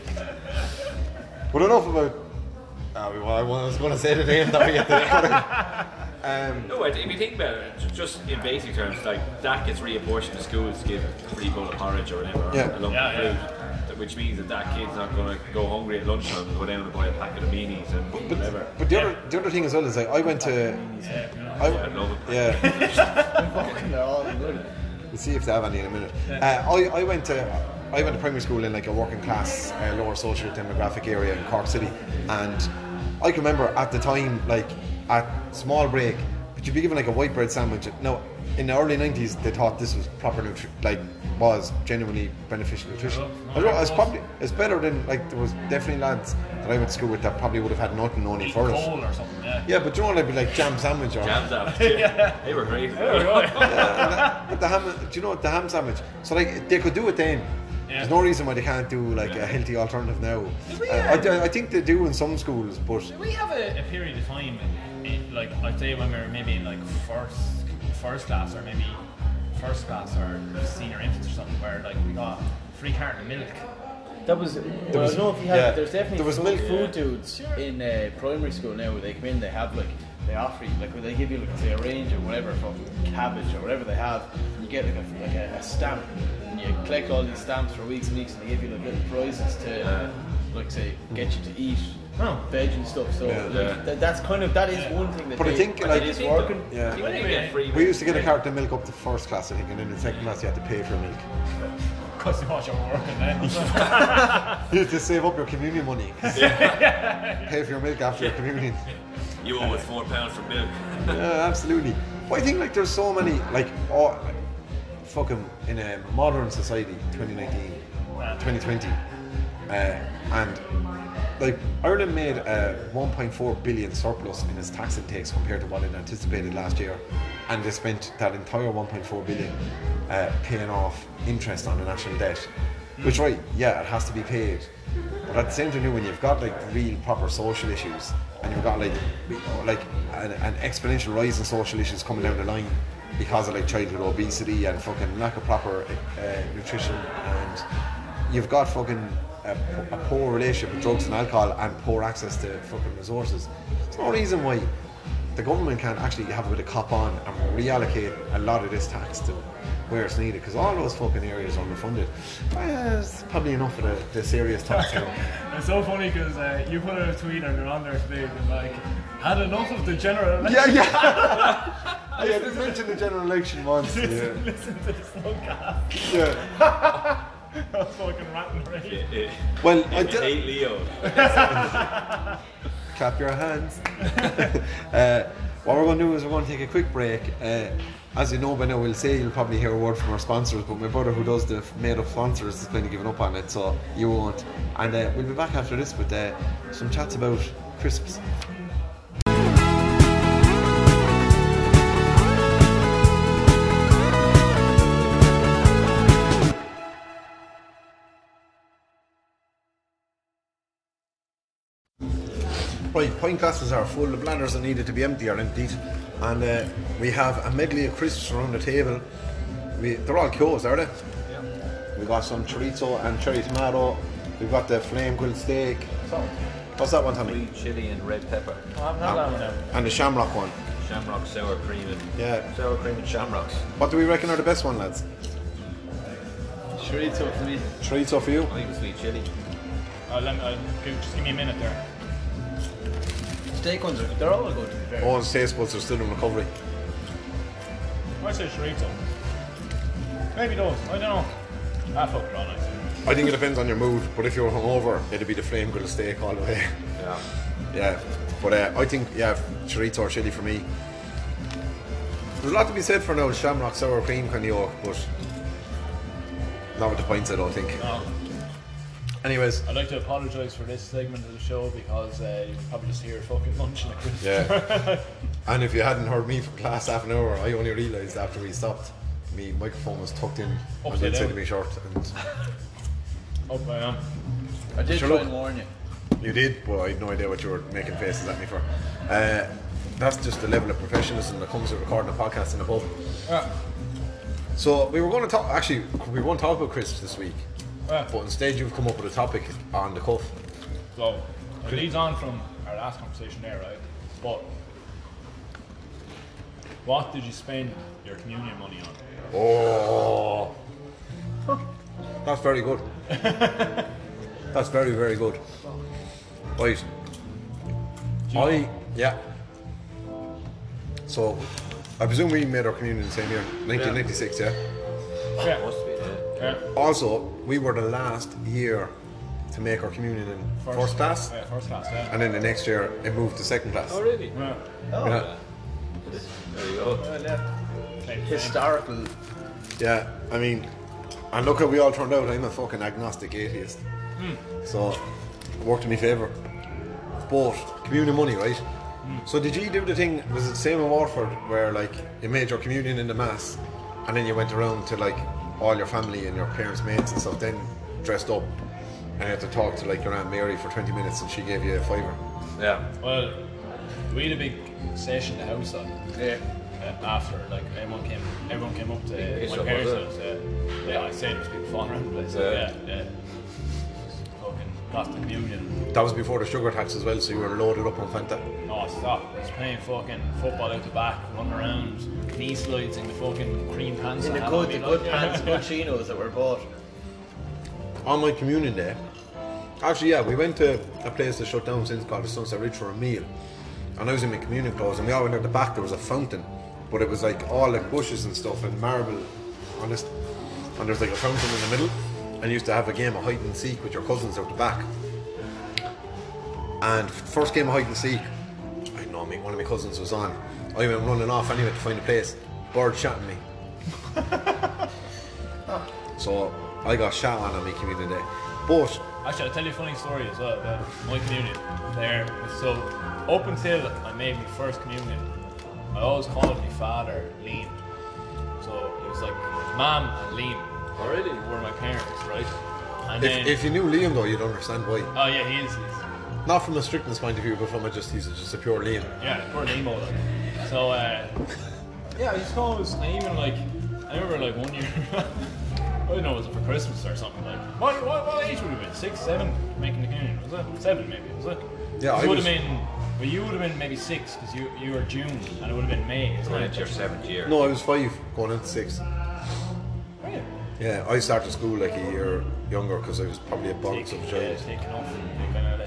But enough about. Ah, well, I was going to say the name that we get the- um,
No, if you think about it, ju- just in basic terms, like that gets reapportioned to schools to give a free bowl of porridge or whatever,
Yeah.
or a lump
Yeah,
of
yeah.
fruit, th- which means that that kid's not going to go hungry at lunchtime and go down and buy a packet of beanies and whatever.
But the other, the other thing as well is like I went to,
I
I,
love it.
yeah.
Fucking they're all good.
We'll see if they have any in a minute. Uh, I, I went to I went to primary school in like a working class, uh, lower social demographic area in Cork City, and I can remember at the time like at small break, but you'd be given like a white bread sandwich. Now in the early nineties, they thought this was proper nutri- like was genuinely beneficial nutrition. I don't know, it's probably it's better than like there was definitely lads that I went to school with that probably would have had nothing only
Eat
for it.
coal or something. Yeah.
Yeah, but you know what? I'd be like jam sandwich or
*laughs*
Jam sandwich. Yeah. They were great.
But the ham, do you know what the ham sandwich? So like they could do it then. There's no reason why they can't do like a healthy alternative now. Uh, I, I think they do in some schools, but
Did we have a, a period of time, in, like I'd say when we were maybe in like first first class or maybe first class or senior infants or something, where like we got free carton of milk.
That was. Well,
was-
I don't know if you had.
yeah.
There's definitely
There was
food,
milk.
food dudes in uh, primary school now where they come in. They have like they offer you like where they give you like say a range or whatever from cabbage or whatever they have. You get like a like a, a stamp and you collect all these stamps for weeks and weeks, and they give you like little prizes to, uh, like say, get you to eat
Oh.
veg and stuff. So
Yeah.
like,
Yeah.
That, that's kind of that is one thing that
But I
they,
think,
that
like-
it is working.
Yeah.
You wouldn't even get free
We used to get a carton of milk up to first class, I think, and then in second class you had to pay for milk.
Because you watch your work and then.
*laughs* You had to save up your communion
*laughs*
money. Pay for your milk after your communion.
You owe us four pounds for milk.
Yeah, absolutely. But I think like there's so many like all like, fucking in a modern society, 2019, 2020, uh, and like Ireland made a 1.4 billion surplus in its tax intakes compared to what it anticipated last year, and they spent that entire 1.4 billion uh, paying off interest on the national debt. Which right, yeah, it has to be paid. But at the same time, when you've got like real proper social issues, and you've got like you know, like an, an exponential rise in social issues coming down the line because of like childhood obesity and fucking lack of proper uh, nutrition, and you've got fucking a, a poor relationship with drugs and alcohol and poor access to fucking resources. There's no reason why the government can't actually have a bit of cop on and reallocate a lot of this tax to where it's needed because all those fucking areas are underfunded. Uh, it's probably enough for the, the serious talk. you know.
It's so funny because uh, you put out a tweet and you're on there today and like, had enough of the general
*laughs*
election.
yeah, yeah. *laughs* yeah, I didn't mention the general election *laughs* once. Yeah.
Listen to this little guy.
yeah.
I was fucking ratting right.
It, it,
Well, *laughs* I
it
did.
ain't Leo.
Clap your hands. *laughs* uh, what we're going to do is we're going to take a quick break. Uh, as you know by now, we'll say you'll probably hear a word from our sponsors, but my brother who does the made up sponsors is kind of giving up on it, so you won't. And uh, we'll be back after this with uh, some chats about crisps. Right, pint glasses are full, the bladders that needed to be empty are emptied, and uh, we have a medley of crisps around the table. We, they're all Kyo's, are they? Yeah. we got some chorizo and cherry tomato, we've got the flame grilled steak. What's that one, Tommy?
Green chili and red pepper.
I've had that one now.
And the shamrock one.
Shamrock sour cream and
Yeah.
sour cream and shamrocks.
What do we reckon are the best one, lads?
Chorizo to me.
Chorizo for you?
I think it's sweet chili.
Uh, let me, uh, give, just give me a minute there.
Steak ones are they're all good to be fair.
Owen's taste buds are still in recovery.
I say chorizo. Maybe those. I don't know. Ah, fuck, they're all nice.
I think it depends on your mood, but if you're hungover, it'd be the flame grilled steak all the way.
Yeah.
Yeah, but uh, I think yeah, chorizo or chili for me. There's a lot to be said for an old shamrock sour cream kind of yolk, but not with the pints. I don't think.
No.
Anyways,
I'd like to apologise for this segment of the show because uh, you can probably just hear fucking munching at Chris.
Yeah. *laughs* and if you hadn't heard me from class half an hour, I only realised after we stopped, my microphone was tucked in on the
Upside
inside
down.
of my shirt, and
Up I am.
I did
Sure
try
look.
and warn you.
you did, but I had no idea what you were making faces at me for. Uh, that's just the level of professionalism that comes with recording a podcast in a pub. So we were going to talk. Actually, we won't talk about crisps this week,
Yeah.
but instead you've come up with a topic on the cuff.
So, it leads on from our last conversation there, right? But, what did you spend your communion money on?
Oh, that's very
*laughs*
good. that's very very good. Right,
Do you
I
know?
yeah. So, I presume we made our communion the same year, 1996. Yeah.
Yeah.
Must be, yeah.
yeah.
Also, we were the last year to make our communion in first, class,
Yeah, first class, yeah.
and then the next year it moved to second class.
Oh, really?
yeah.
Yeah.
There you go.
Okay.
Historical
Yeah, I mean, and look how we all turned out. I'm a fucking agnostic atheist. So, it worked in my favour. But, communion money, right? So, did you do the thing, was it the same in Waterford, where like you made your communion in the Mass and then you went around to like all your family and your parents' mates and stuff, then dressed up and you had to talk to like your Aunt Mary for 20 minutes and she gave you a fiver?
Yeah.
Well, we had a big session at the house on.
yeah.
uh, after like everyone came everyone came up to
Big
my
issue,
parents uh,
was
house, yeah. yeah I said it was people falling around the place yeah
Yeah.
yeah, Fucking across the communion.
That was before the sugar tax as well, so you were loaded up on Fanta.
Oh, stop. It's playing fucking football out the back, running around, knee slides in the fucking cream pants.
In
I
the
had
good,
on
the
me,
good
like, *laughs*
pants, good chinos that were bought.
On my communion day, actually, yeah, we went to a place that shut down since called the Sunset Ridge for a meal. And I was in my communion clothes, and we all went out the back. There was a fountain, but it was like all like bushes and stuff and marble on this. And there's like a fountain in the middle. And you used to have a game of hide and seek with your cousins out the back. And first game of hide and seek, I know me, one of my cousins was on. I went running off anyway to find a place. Bird shot at me. so I got shot on on my community day. But
Actually, I'll tell you a funny story as well about my communion. There, so up until I made my first communion, I always called my father Liam. So it was like Mom and Liam. Already? Were my parents, right? And
Oh, if,
then,
if you knew Liam though, you'd understand why.
oh yeah, he is. He's,
Not from a strictness point of view, but from a just he's just a pure Liam.
Yeah, poor Nemo. Like. So, uh, yeah, I just always, I even like, I remember like one year, *laughs* I don't know, was it for Christmas or something? Like, what, what, what age would it have been? Six, seven, making the communion, was it? Seven, maybe, was it?
Yeah, I
it would
was-
have been, well, you would have been maybe six because you, you were June and it would have been May, isn't
Going
it?
into your seventh year.
No, I was five, going into six.
Oh, yeah.
Yeah, I started school like a year younger because I was probably a bounce
Taking-
of a
yeah,
child.
taking off and taking out of it.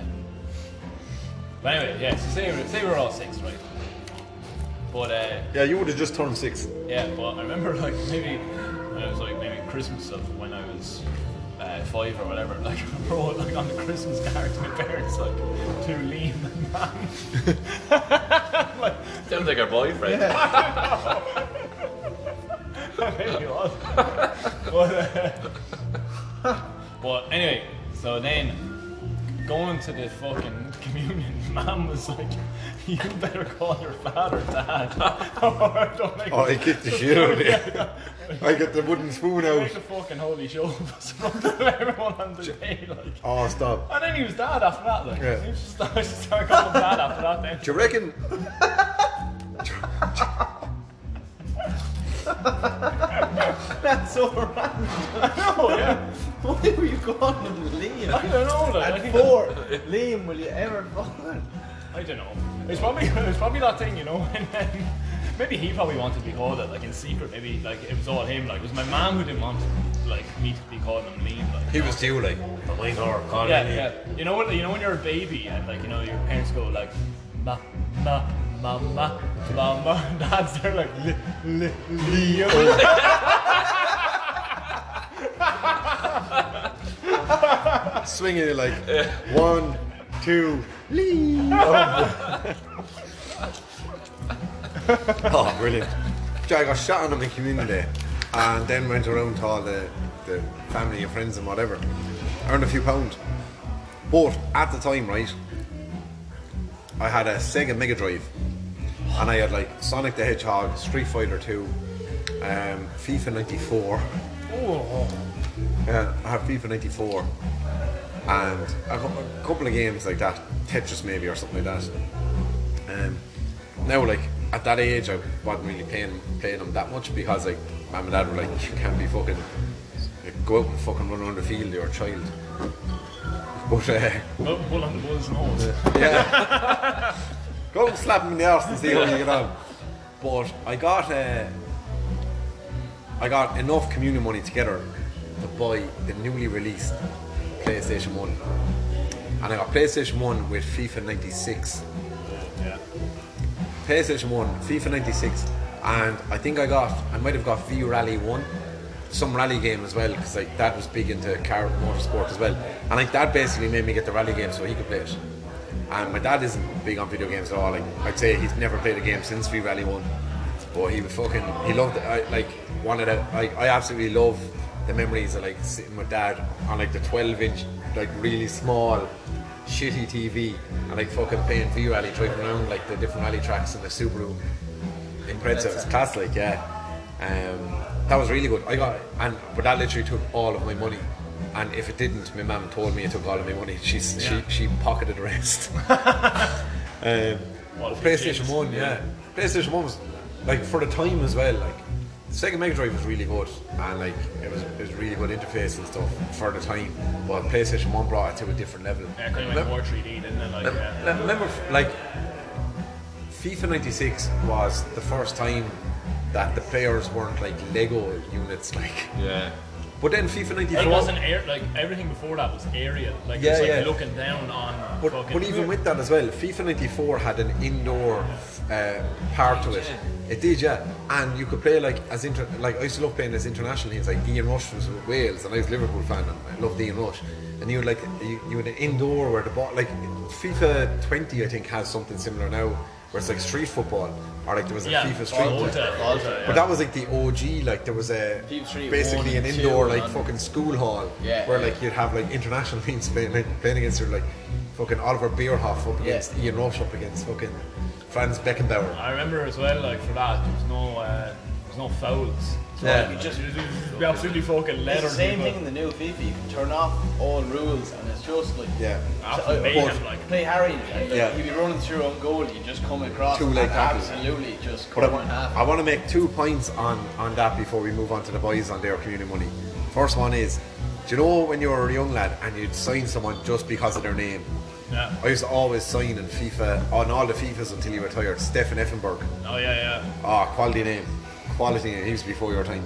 But anyway, yeah, so say, we're- say we're all six, right? But, uh,
Yeah, you would have just turned six.
Yeah, well, I remember like maybe when it was like maybe Christmas of when I was uh, five or whatever. *laughs* Like I brought like on the Christmas card to my parents like two lean man. *laughs* like
Sounds like our boyfriend.
*laughs* maybe it was. but, uh, but anyway, so then going to the fucking communion, mom was like, "You better call your father, dad." *laughs* or don't make
Oh, I kicked the shit out of you. I got the wooden spoon
Make
out.
the fucking holy show was from everyone on the day, like.
Oh, stop.
And then he was dad after that, like.
Yeah.
He was just, *laughs* I just started calling him dad after that then.
Do you reckon?
That's so random.
Oh, yeah.
*laughs* Why were you calling him
I
Liam?
don't know, like. I
At
think *laughs*
four, Liam, will you ever fucking?
that- I don't know. It's probably, *laughs* it's probably that thing, you know, *laughs* and then maybe he probably wanted to be called it, like in secret, maybe, like, it was all him, like, it was my mom who didn't want, like, me to be calling him Liam, like.
He was due like the minor calling
Yeah, yeah. You know when you know when you're a baby and like you know your parents go like ma ma mama mama *laughs* and dad's there like li, li, Leo.
Oh. swinging it like one, two, leave. oh, brilliant! So I got shot on in my community, and then went around to all the, the family and friends and whatever, earned a few pound. But at the time, right, I had a Sega Mega Drive, and I had like Sonic the Hedgehog, Street Fighter Two, um, FIFA '94. Yeah, I have FIFA 94 and a, cou- a couple of games like that, Tetris maybe or something like that. Um, now, like at that age, I wasn't really playing playing them that much because like mum and dad were like, you can't be fucking like, go out and fucking run around the field, you're a child. *laughs* But uh,
Oh, pull on the bull's nose.
yeah, go and slap him in the arse and see how you get on. But I got uh, I got enough communion money together to buy the newly released PlayStation One, and I got PlayStation One with FIFA '96. PlayStation One, FIFA '96, and I think I got I might have got V Rally One, some rally game as well because like that was big into car motorsport as well, and like that basically made me get the rally game so he could play it. And my dad isn't big on video games at all. Like I'd say he's never played a game since V Rally One, but he would fucking he loved it. I, like one of the I, I absolutely love the memories of like sitting with dad on like the 12 inch like really small shitty TV and like fucking playing V Rally driving around like the different rally tracks in the Subaru impressive. It's class like, yeah. Um, that was really good. I got and but that literally took all of my money. And if it didn't, my mum told me it took all of my money. She she she pocketed the rest. *laughs* um,
Well,
PlayStation
Jesus.
One, yeah. PlayStation One was like for the time as well. Like The second Mega Drive was really good, and like it was, it was really good interface and stuff for the time. But PlayStation One brought it to a different level.
Yeah, kind of
Remem-
like more 3D, didn't it? Like,
Lem-
yeah.
lem- Remember, f- like, FIFA 96 was the first time that the players weren't like Lego units, like.
Yeah.
But then FIFA
It
94.
wasn't air, like everything before that was aerial. Like
Yeah,
just like
yeah.
looking down on
But,
fucking.
but even with that as well, FIFA 94 had an indoor uh, part to it. It did, yeah. And you could play like as inter- like I used to love playing as international teams. Like Ian Rush was with Wales, and I was a Liverpool fan, and I loved Ian Rush. And you would like you, you had an indoor where the ball like FIFA 20, I think, has something similar now, where it's like street football, or like there was a
yeah, Oh,
FIFA street.
Volta,
Football.
Volta,
But that was like the OG, like there was a
Team Street
basically
one
an
and
indoor
two
like
and-
fucking school hall
Yeah,
where
yeah.
like you'd have like international *laughs* teams playing like, playing against your like fucking Oliver Bierhoff up against Ian Rush up against fucking Franz Beckenbauer.
I remember as well, like for that, there was no, uh, there was no fouls. So
Yeah.
like, you just, you just we absolutely fucking
It's
letter
the same
people.
thing in the new FIFA. You can turn off all rules, and it's just like
Yeah.
After
So, uh,
mayhem,
but-
like
play Harry. And, like,
Yeah.
You'd be running through on goal. You just come across.
Two
and
leg tackles.
Absolutely, just
But I
cut one
want,
in half.
I want to make two points on, on that before we move on to the boys on their community money. First one is, do you know when you were a young lad and you'd sign someone just because of their name?
Yeah.
I used to always sign in FIFA on all the FIFAs until you retired. Stefan Effenberg.
oh yeah,
Ah, quality name. Quality name. He was before your time.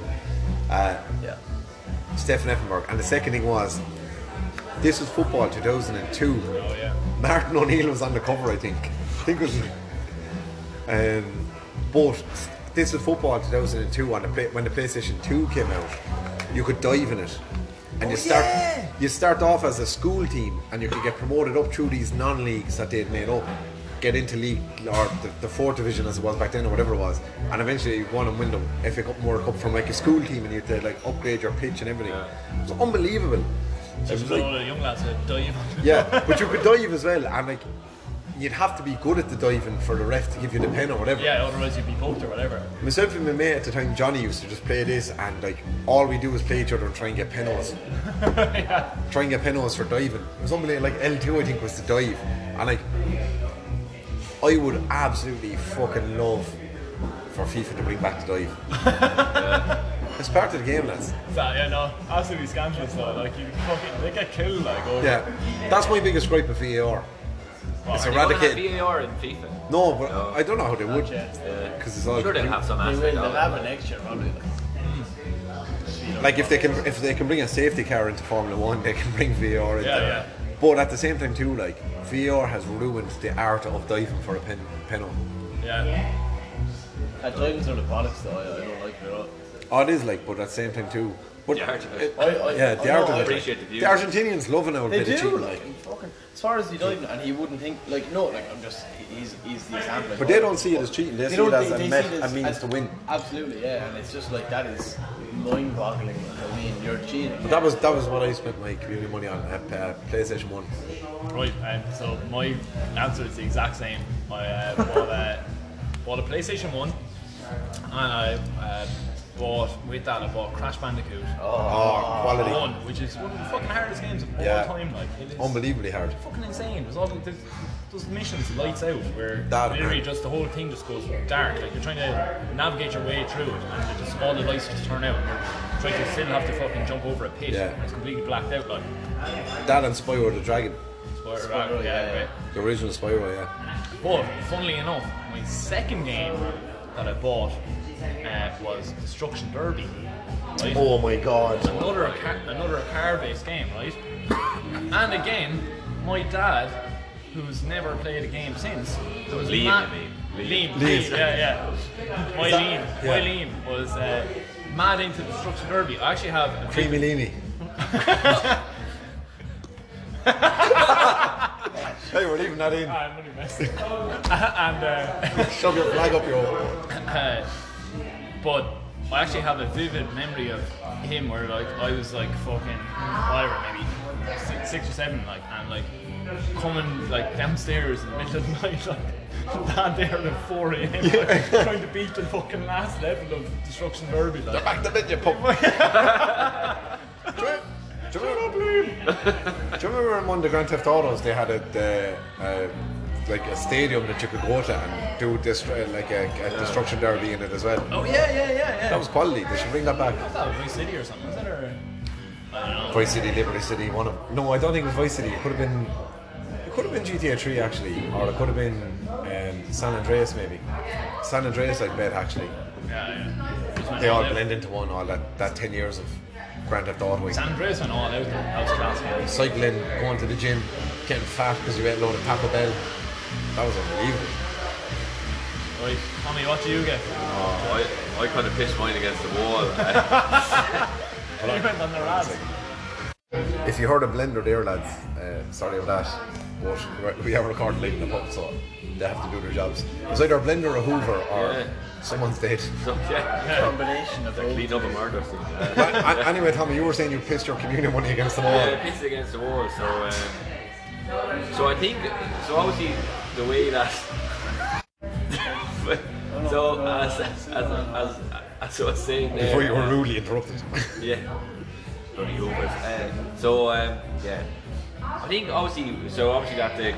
Uh,
Yeah.
Stefan Effenberg. And the second thing was, this was football 2002.
yeah, oh yeah.
Martin O'Neill was on the cover, I think. I think it was. Um, but this was football 2002 when the, play, when the PlayStation 2 came out. You could dive in it. And
Oh,
you start you start off as a school team and you could get promoted up through these non leagues that they'd made up. Get into league or the, the fourth division as it was back then or whatever it was. And eventually you won and win the FA Cup and World Cup from like a school team and you had to like upgrade your pitch and everything. It was unbelievable. It
Just
was
for
like-
all the young lads to dive.
yeah, but you could dive as well, and like you'd have to be good at the diving for the ref to give you the pen or whatever.
*laughs* yeah, otherwise you'd be poked or whatever.
Myself and my mate at the time, Johnny, used to just play this, and like all we do is play each other and try and get penos. Try and get penos for diving. It was unbelievable. Like L two, I think, was the dive, and like I would absolutely fucking love for FIFA to bring back the dive. It's part of the game, lads.
So, yeah, no, absolutely scandalous though. Like you fucking, they get killed like. Over.
Yeah, that's my biggest gripe with VAR. It's
They wouldn't have
eradicated.
VAR in FIFA.
No, but I don't know how they would.
yet.
Because it's all
Sure, they'll have some
They
ass.
will.
like
They'll
that,
have
like-
it next year probably. Like.
like if they can if they can bring a safety car into Formula One, they can bring VAR into.
Yeah,
it.
yeah.
But at the same time too, like VAR has ruined the art of diving for a pen penalty.
Yeah.
At times they're the bollocks though. I, I don't like it at all.
Oh, it is like, but at the same time too. But
The art of it.
it-
I, I,
yeah,
I
the
know,
art of
I-
it.
appreciate the view.
the Argentinians love an old
They
bit of
do
cheating.
like fucking. As far as he dived, and he wouldn't think like no, like I'm just he's he's the example.
But they don't see it as cheating. They, see
don't-
it as
they-
a,
they
met,
see it
a
as-
means
as-
to win.
Absolutely, yeah, and it's just like that is mind-boggling. I mean, you're cheating.
But that was that was what I spent my community money on at uh, PlayStation One.
Right, and so my answer is the exact same. I uh, bought, uh, bought a PlayStation One, and I uh, bought with that I bought Crash Bandicoot.
Ah,
Oh, quality,
One, which is one of the fucking hardest games of all
Yeah.
time. Like, it is
unbelievably hard.
fucking insane. There's all the- there's, those missions lights out where
That-
literally just the whole thing just goes dark. Like you're trying to navigate your way through it, and you just all the lights just turn out. And you're trying to still have to fucking jump over a pit.
Yeah.
and it's completely blacked out. Like,
That and Spyro the Dragon,
Spider- yeah,
Spyro, yeah,
right.
the original Spyro, yeah.
But funnily enough, my second game that I bought uh, was Destruction Derby. Right?
Oh my god.
Another car- another car-based game, right? *coughs* and again, my dad, who's never played a game since, was
Liam,
ma-
you mean.
Liam,
Liam.
Liam, yeah, yeah. My Liam, my Liam was uh, mad into Destruction Derby. I actually have a
Creamy Leamy. hey, we're leaving that in.
I'm *laughs* only messing. and uh,
Shove your flag up your.
Uh, but I actually have a vivid memory of him where like I was like fucking whatever maybe six, six or seven like and like coming like downstairs in the middle of the *laughs* night like down there at 4 a.m. Like, trying to beat the fucking last level of destruction derby like
Back the bed, you pop. do, you, do, you remember, do you remember in one of the Grand Theft Autos they had a, the, uh,
like a stadium that you could go to and do this like a, a destruction derby in it as well.
Oh yeah, yeah, yeah, yeah.
That was quality. They should bring that back.
I thought it was Vice City or something. Was it or? I don't know.
Vice City, Liberty City, one of no, I don't think it was Vice City. It could have been, it could have been GTA Three actually, or it could have been um, San Andreas maybe. San Andreas, I bet actually.
Yeah, yeah. Just went
They all
out.
blend into one. All that that ten years of Grand Theft Auto.
San Andreas went all out. though. That was classic.
cycling, going to the gym, getting fat because you ate a load of Taco Bell. That was unbelievable.
Right, Tommy, what do you get?
I, I kind of pissed mine against the wall. *laughs*
*laughs* You went on the rads.
If you heard a blender there, lads, uh, sorry about that. But we're- we are recording late in the pub, so they have to do their jobs. It's either a blender, a Hoover, or
Yeah.
someone's dead.
yeah.
Combination of both.
Clean up a murder. Uh,
But an- anyway, Tommy, you were saying you pissed your communion money against the wall.
Yeah, pissed against the wall. So, um, so I think, so obviously the way that, *laughs* so as as as, as I was saying there,
Before you were rudely interrupted. *laughs*
yeah, bloody Ubers. Uh, so um, yeah, I think obviously, so obviously that the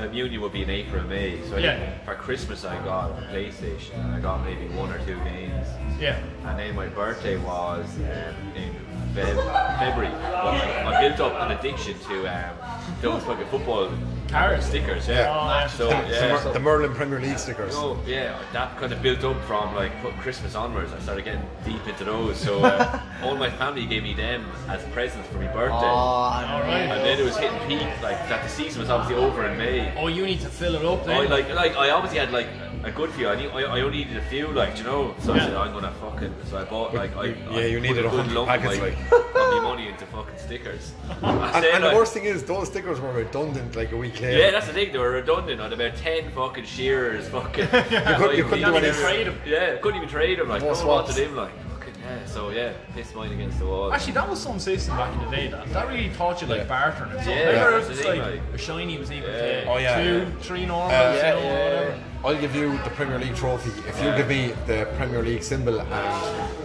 communion would be in April, and May. So I
Yeah.
think for Christmas I got a PlayStation and I got maybe one or two games.
Yeah.
And then my birthday was um, in Feb- February. But I, I built up an addiction to um, those fucking football
Carrots.
stickers. Yeah.
Oh, nice.
So
The Mer-
yeah, so,
the Merlin Premier League stickers.
so, yeah, that kind of built up from like fu- Christmas onwards. I started getting deep into those. So uh, all my family gave me them as presents for my birthday.
All
Oh,
right.
And then it was hitting peak, like that the season was obviously over in May.
Oh, you need to fill it up
I
then.
like like I obviously had like a good few. I need, I, I only needed a few, like do you know. So I
Yeah.
said I'm gonna fucking. So I bought like I,
Yeah,
I
you
put
needed
a good
100
lump of
packets,
my,
like.
*laughs* of my money into fucking
*laughs*
stickers. I
And,
said,
and the
like-
worst thing is, those stickers were redundant like a week later.
Yeah, that's the thing. They were redundant. I had about ten fucking shearers. Fucking.
couldn't- *laughs* you couldn't
do
even
anything.
trade 'em. Yeah, couldn't even trade them. Like
No
no one wanted
swaps.
him. Like fucking yeah. So yeah, pissed mine against the wall.
Actually, that was some system back in the day. That that really taught you like bartering. And stuff.
Yeah,
Remember,
that's
it was
the thing,
like,
like-
a shiny was equal
Yeah.
to
Oh, yeah,
two,
yeah.
three normals,
Uh,
you
yeah,
know,
yeah,
whatever.
I'll give you the Premier League trophy if you give me the Premier League symbol and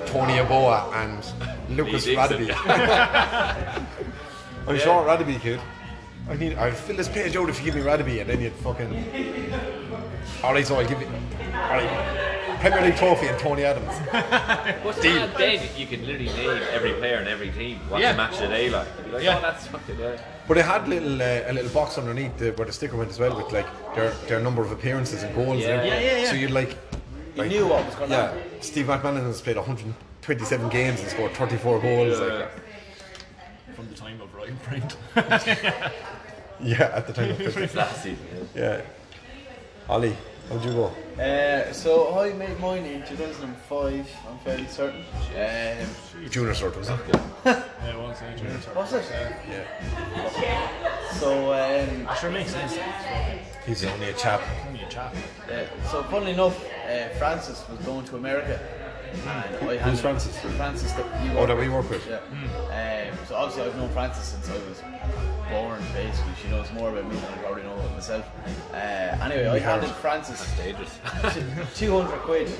Tony Aboa
*laughs*
and Lucas
Lee Dixon.
Radaby. I'm sure Radaby could. I need. I'll fill this page out if you give me Radaby, and then you'd fucking.
*laughs*
All right, so I'll give you. All right, Premier League trophy and Tony Adams.
*laughs*
*laughs*
What's that then? You can literally name every player and every team. What's
Yeah.
the match today like? You'd be like,
Yeah.
oh, that's fucking yeah.
But it had little uh, a little box underneath the, where the sticker went as well, with like their their number of appearances and goals.
Yeah.
and everything.
Yeah, yeah, yeah.
So you'd like.
You
like-
knew what was going to
Yeah,
happen.
Steve McManaman has played 127 games and scored 34 goals. Yeah, like,
From the time of Ryan Print. *laughs*
yeah at the time
*laughs*
of Christmas.
Last season. Yeah.
Yeah. Ali, how'd you go?
Uh, so I made mine in 2005, I'm fairly certain. Um,
Junior sort, was it?
yeah, one second.
what's it?
Yeah.
So, um,
That sure makes sense.
He's only a chap.
Give me a chap.
uh, so funnily enough, uh, Francis was going to America. And I handed-
Francis?
Francis that you
Oh, that we work with?
Yeah. Um, so obviously I've known Francis since I was born, basically. She knows more about me than I probably know about myself. Uh, anyway, I handed Francis *laughs*
Dangerous.
200 quid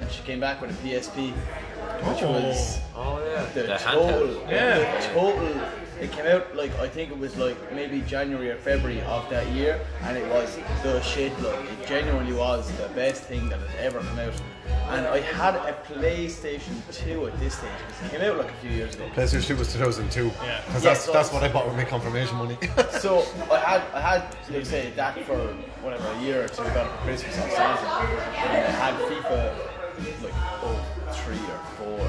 and she came back with a PSP, which was...
Oh yeah.
the,
The
total,
handheld.
Yeah.
the total. It came out like I think it was like maybe January or February of that year, and it was the shit. Like it genuinely was the best thing that had ever come out. And I had a PlayStation 2 at this stage because it came out like a few years ago.
PlayStation 2 was 2002.
Yeah.
Because
Yeah,
that's,
so-
that's what I bought with my confirmation money.
So I had I had let's say that for whatever a year or two about Christmas or something. And I had FIFA like oh three or four.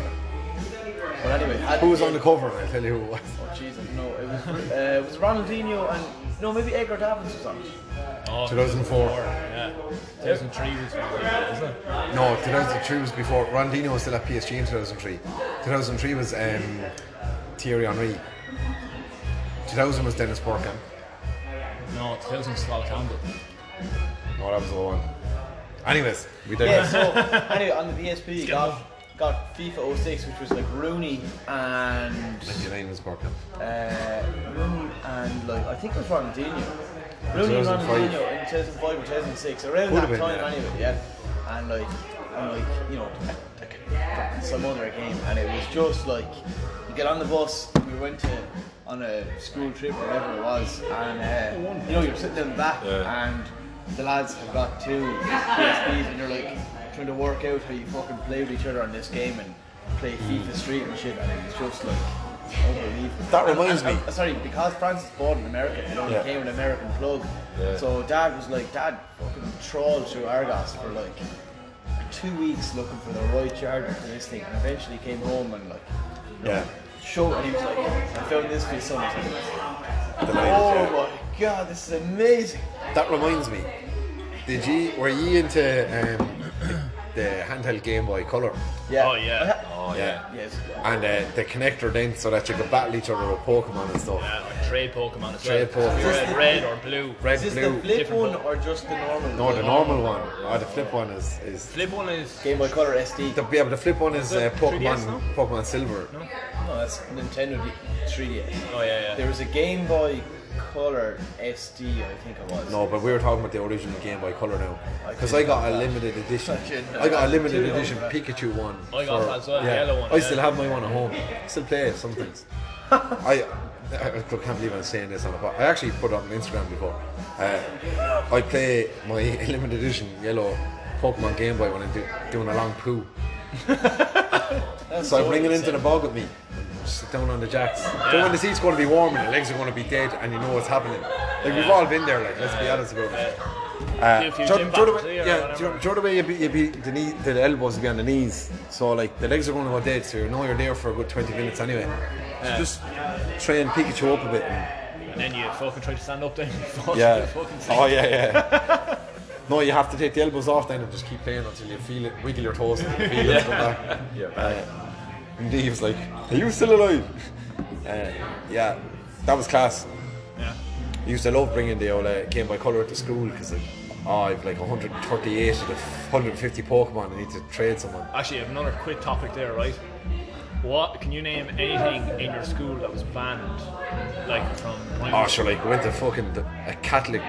But anyway, had
*laughs* who was on the cover? I'll tell you who it was.
Oh Jesus, no, it was uh, it was Ronaldinho and no, maybe Edgar Davids was on it.
Oh,
2004.
Yeah. 2003 was isn't it?
No, 2003 was before. Rondino was still at PSG in 2003. 2003 was um, Thierry Henry. 2000 was Dennis Burkham.
No, 2000 Slow Campbell.
No, that was the one. Anyways, we did.
Yeah. So anyway, on the PSP, got got FIFA 06, which was like Rooney and
99 was Burkham.
uh, Rooney and like I think it was Ronaldinho. Rooney and
2005.
Ronaldinho in 2005 or 2006, around
Would have
that
been,
time
yeah.
anyway. Yeah, and like and like you know like some other game, and it was just like you get on the bus. We went to. on on a school trip or whatever it was, and uh, you know you're sitting in the back,
Yeah.
and the lads have got two PSPs, and they're like trying to work out how you fucking play with each other on this game and play FIFA Street and shit, and it's just like. Unbelievable.
That
And-
reminds
and-
me.
uh, sorry, because France is bought an American, it only
Yeah.
came an American plug. So Dad was like, Dad fucking trawled through Argos for like two weeks looking for the right charger for this thing, and eventually came home and like
Yeah.
showed, and he was like, I found this for his son. I was like,
The night, yeah.
Oh my god, this is amazing.
That reminds me. Did you were you into um, *coughs* the handheld Game Boy Color
Yeah. Uh-huh.
Oh, yeah.
Oh yeah.
Yes.
and uh, the connector then so that you could battle each other with Pokemon and stuff?
Yeah, or trade Pokemon as
Trade
well.
Pokemon.
Red, red or blue.
Red,
Is this
blue,
the flip
different
one
one.
or just the normal?
no,
one?
the normal one. Oh, the flip one is is
Flip one is
Game Boy Color SD.
the yeah, but the flip one is uh,
that 3DS
Pokemon Pokemon Silver.
no, that's Nintendo D- 3DS.
Oh yeah, yeah.
There was a Game Boy Color SD, I think it was.
No, but we were talking about the original Game Boy Color now
I
because
didn't
I got
know
a
that.
limited edition.
I didn't know
I got a
that.
limited
Dude, oh,
edition
right.
Pikachu one.
I got that as well, the yellow one,
I
yeah.
still have my one at home. Still play it
*laughs*
sometimes. I, I can't believe I'm saying this on a pod. I actually put it on Instagram before. Uh, I play my *laughs* limited edition yellow Pokemon Game Boy when I'm do, doing a long
*laughs*
poo.
That's
So I
so
bring it into
upsetting.
the bog with me. Sit down on the jacks. So when the seat's going to be warm and the legs are going to be dead and you know what's happening. Like we've all been there. Like let's be honest about it.
Do a few
Do
gym
you know the
battles,
way-
yeah, or
yeah,
whatever.
do you- do you know the way you be, you be the, knee, the elbows be on the knees? So like the legs are going to go dead, so you know you're there for a good 20 minutes anyway. So just try and Pikachu up a bit. and-
And then you fucking try to stand up there. and *laughs* you fall to the fucking seat.
Oh yeah, yeah. no, you have to take the elbows off then and just keep playing until you feel it, wiggle your toes, and feel it come back.
Yeah.
Uh, and Dave's like, "Are you still alive?" *laughs* Uh, yeah, that was class.
Yeah.
I used to love bringing the old uh, Game Boy Color to school because like, oh, I've like 138 of the 150 Pokemon I need to trade someone.
Actually, I have another quick topic there, right? What can you name anything in your school that was banned, like from? primary
Oh, sure, like we went to fucking the, a Catholic,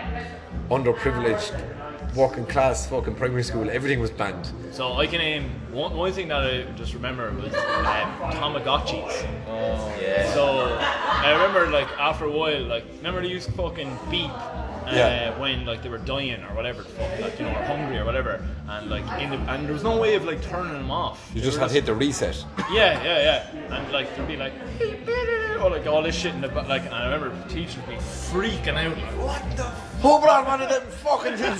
underprivileged, working class fucking primary school. Everything was banned.
So I can name one, one thing that I just remember was um, Tamagotchis.
Yeah.
So I remember like after a while, like remember they used to fucking beep. Uh,
Yeah.
When like they were dying or whatever, the fuck, like you know, or hungry or whatever, and like in the, and there was no way of like turning them off.
You
They
just
were
had to hit the reset.
yeah, yeah, yeah. And like they'd be like, *laughs* or like all this shit in the ba- like. And I remember teachers would be freaking out, like *laughs* what the
Who brought one of them fucking things?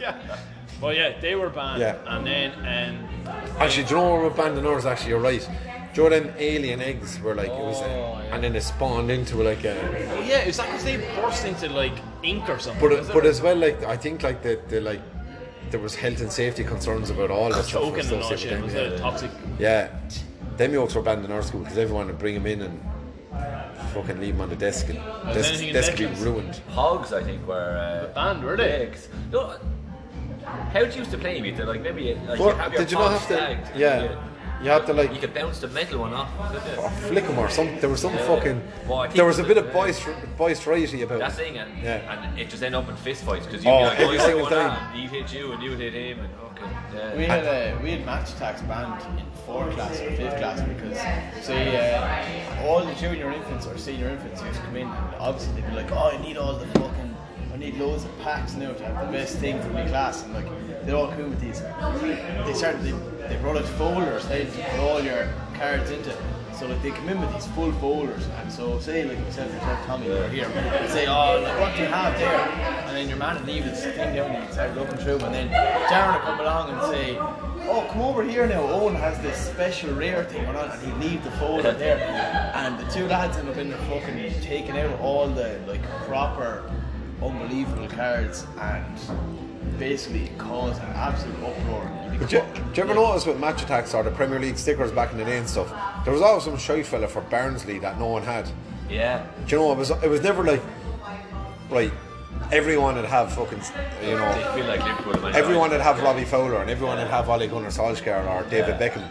yeah. Well, yeah, they were banned.
Yeah.
And then, um, and
Actually, do you know what banned in ours? Actually, you're right. Do you know them alien eggs were like it was, a, and then it spawned into like a.
well, oh, yeah, is that because they burst into like ink or something?
But
was it?
but as well, like I think like the, the like there was health and safety concerns about all that stuff.
choking and all
associated
shit
with
was
them,
a
yeah.
toxic.
Yeah, them yokes were banned in our school because everyone would bring them in and fucking leave them on the desk and desk,
anything in
desk would be
Legends?
ruined.
Hogs, I think, were uh,
Banned, were
Yeah,
they?
'cause- no, how do you used to play them? You'd like maybe like you
Well,
have your
did you not
hogs
have to?
tagged and
yeah,
you-
you had to like Oh,
You could bounce the metal one off. was it?
flick them or something. There was some
Yeah.
fucking.
Well, I think
there was a
it
bit
was,
of
yeah.
boister- boisterity about
That's the
it.
thing, and,
Yeah.
and it just end up in fist fights because you'd
Oh,
be like,
every
oh,
single
single
time.
time. He'd hit you and you'd hit him, and okay. Yeah.
We had a we had match tax banned in fourth class or fifth class because say uh, all the junior infants or senior infants used to come in and obviously they'd be like, oh, I need all the fucking. I need loads of packs now to have the best thing for my class, and like they're all cool with these. They started they they roll out folders, they put all your cards into. it. So like they come in with these full folders, and so say like myself and Tommy were here, they say, oh, like what do you have there? And then your man would leave his thing down and he'd start looking through, and then Darren would come along and say, oh, come over here now. Owen has this special rare thing going on, and he'd leave the folder there, and the two lads end up in there fucking taking out all the like proper, unbelievable cards and basically cause an absolute uproar. You'd be
Do you,
caught-
do you ever notice with match attacks or the Premier League stickers back in the day and stuff? There was always some shy fella for Barnsley that no one had.
yeah.
Do you know it was it was never like right. Everyone would have fucking you
They
know
feel like Liverpool. might
everyone
die.
would have Robbie Fowler and everyone would have Ole Gunnar Solskjaer or David Beckham,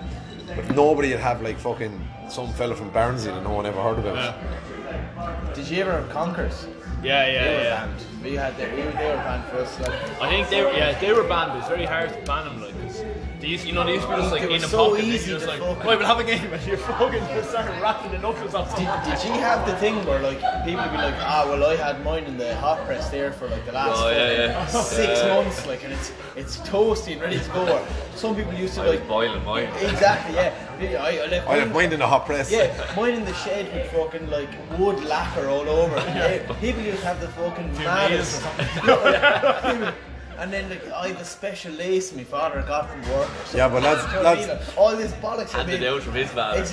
but nobody would have like fucking some fella from Barnsley that no one ever heard about.
Did you ever have conkers?
Yeah,
They were
yeah, yeah.
banned. We had that. We were they were banned first. Like,
I think they were, yeah, they were banned, but it's very hard to ban them, like, 'cause They used, you know, they used to be just like
It was
in a
so
pocket.
easy
Easy just
to
like,
fucking-
right, we'll have a game, and you're *laughs* fucking just start wrapping the knuckles off.
Did,
something.
did you have the thing where like people would be like, ah, well, I had mine in the hot press there for like the last
Oh, yeah,
fucking
yeah.
six
Yeah.
months, like, and it's it's toasty and ready to go. Or Some people used to
I was
like
boiling mine.
*laughs* exactly, yeah. Yeah, I, I left
I have mine in a hot press.
Yeah, mine in the shed with fucking like wood lacquer all
*laughs*
over. Yeah, People used to have the fucking *laughs* maddest. and then like, I have a special lace my father got from work. Or something.
Yeah, but lads-
Do you know what I
lads-
mean? Like, all this bollocks. I
Handed
mean,
out from his van.
*laughs*
it's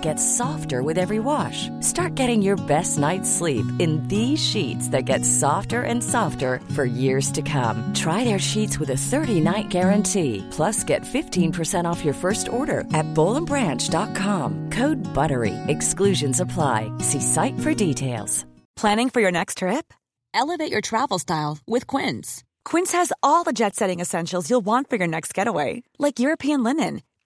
get softer with every wash. Start getting your best night's sleep in these sheets that get softer and softer for years to come. Try their sheets with a 30-night guarantee. Plus, get 15% off your first order at bowlandbranch.com. Code BUTTERY. Exclusions apply. See site for details.
Planning for your next trip?
Elevate your travel style with Quince.
Quince has all the jet setting essentials you'll want for your next getaway, like European linen,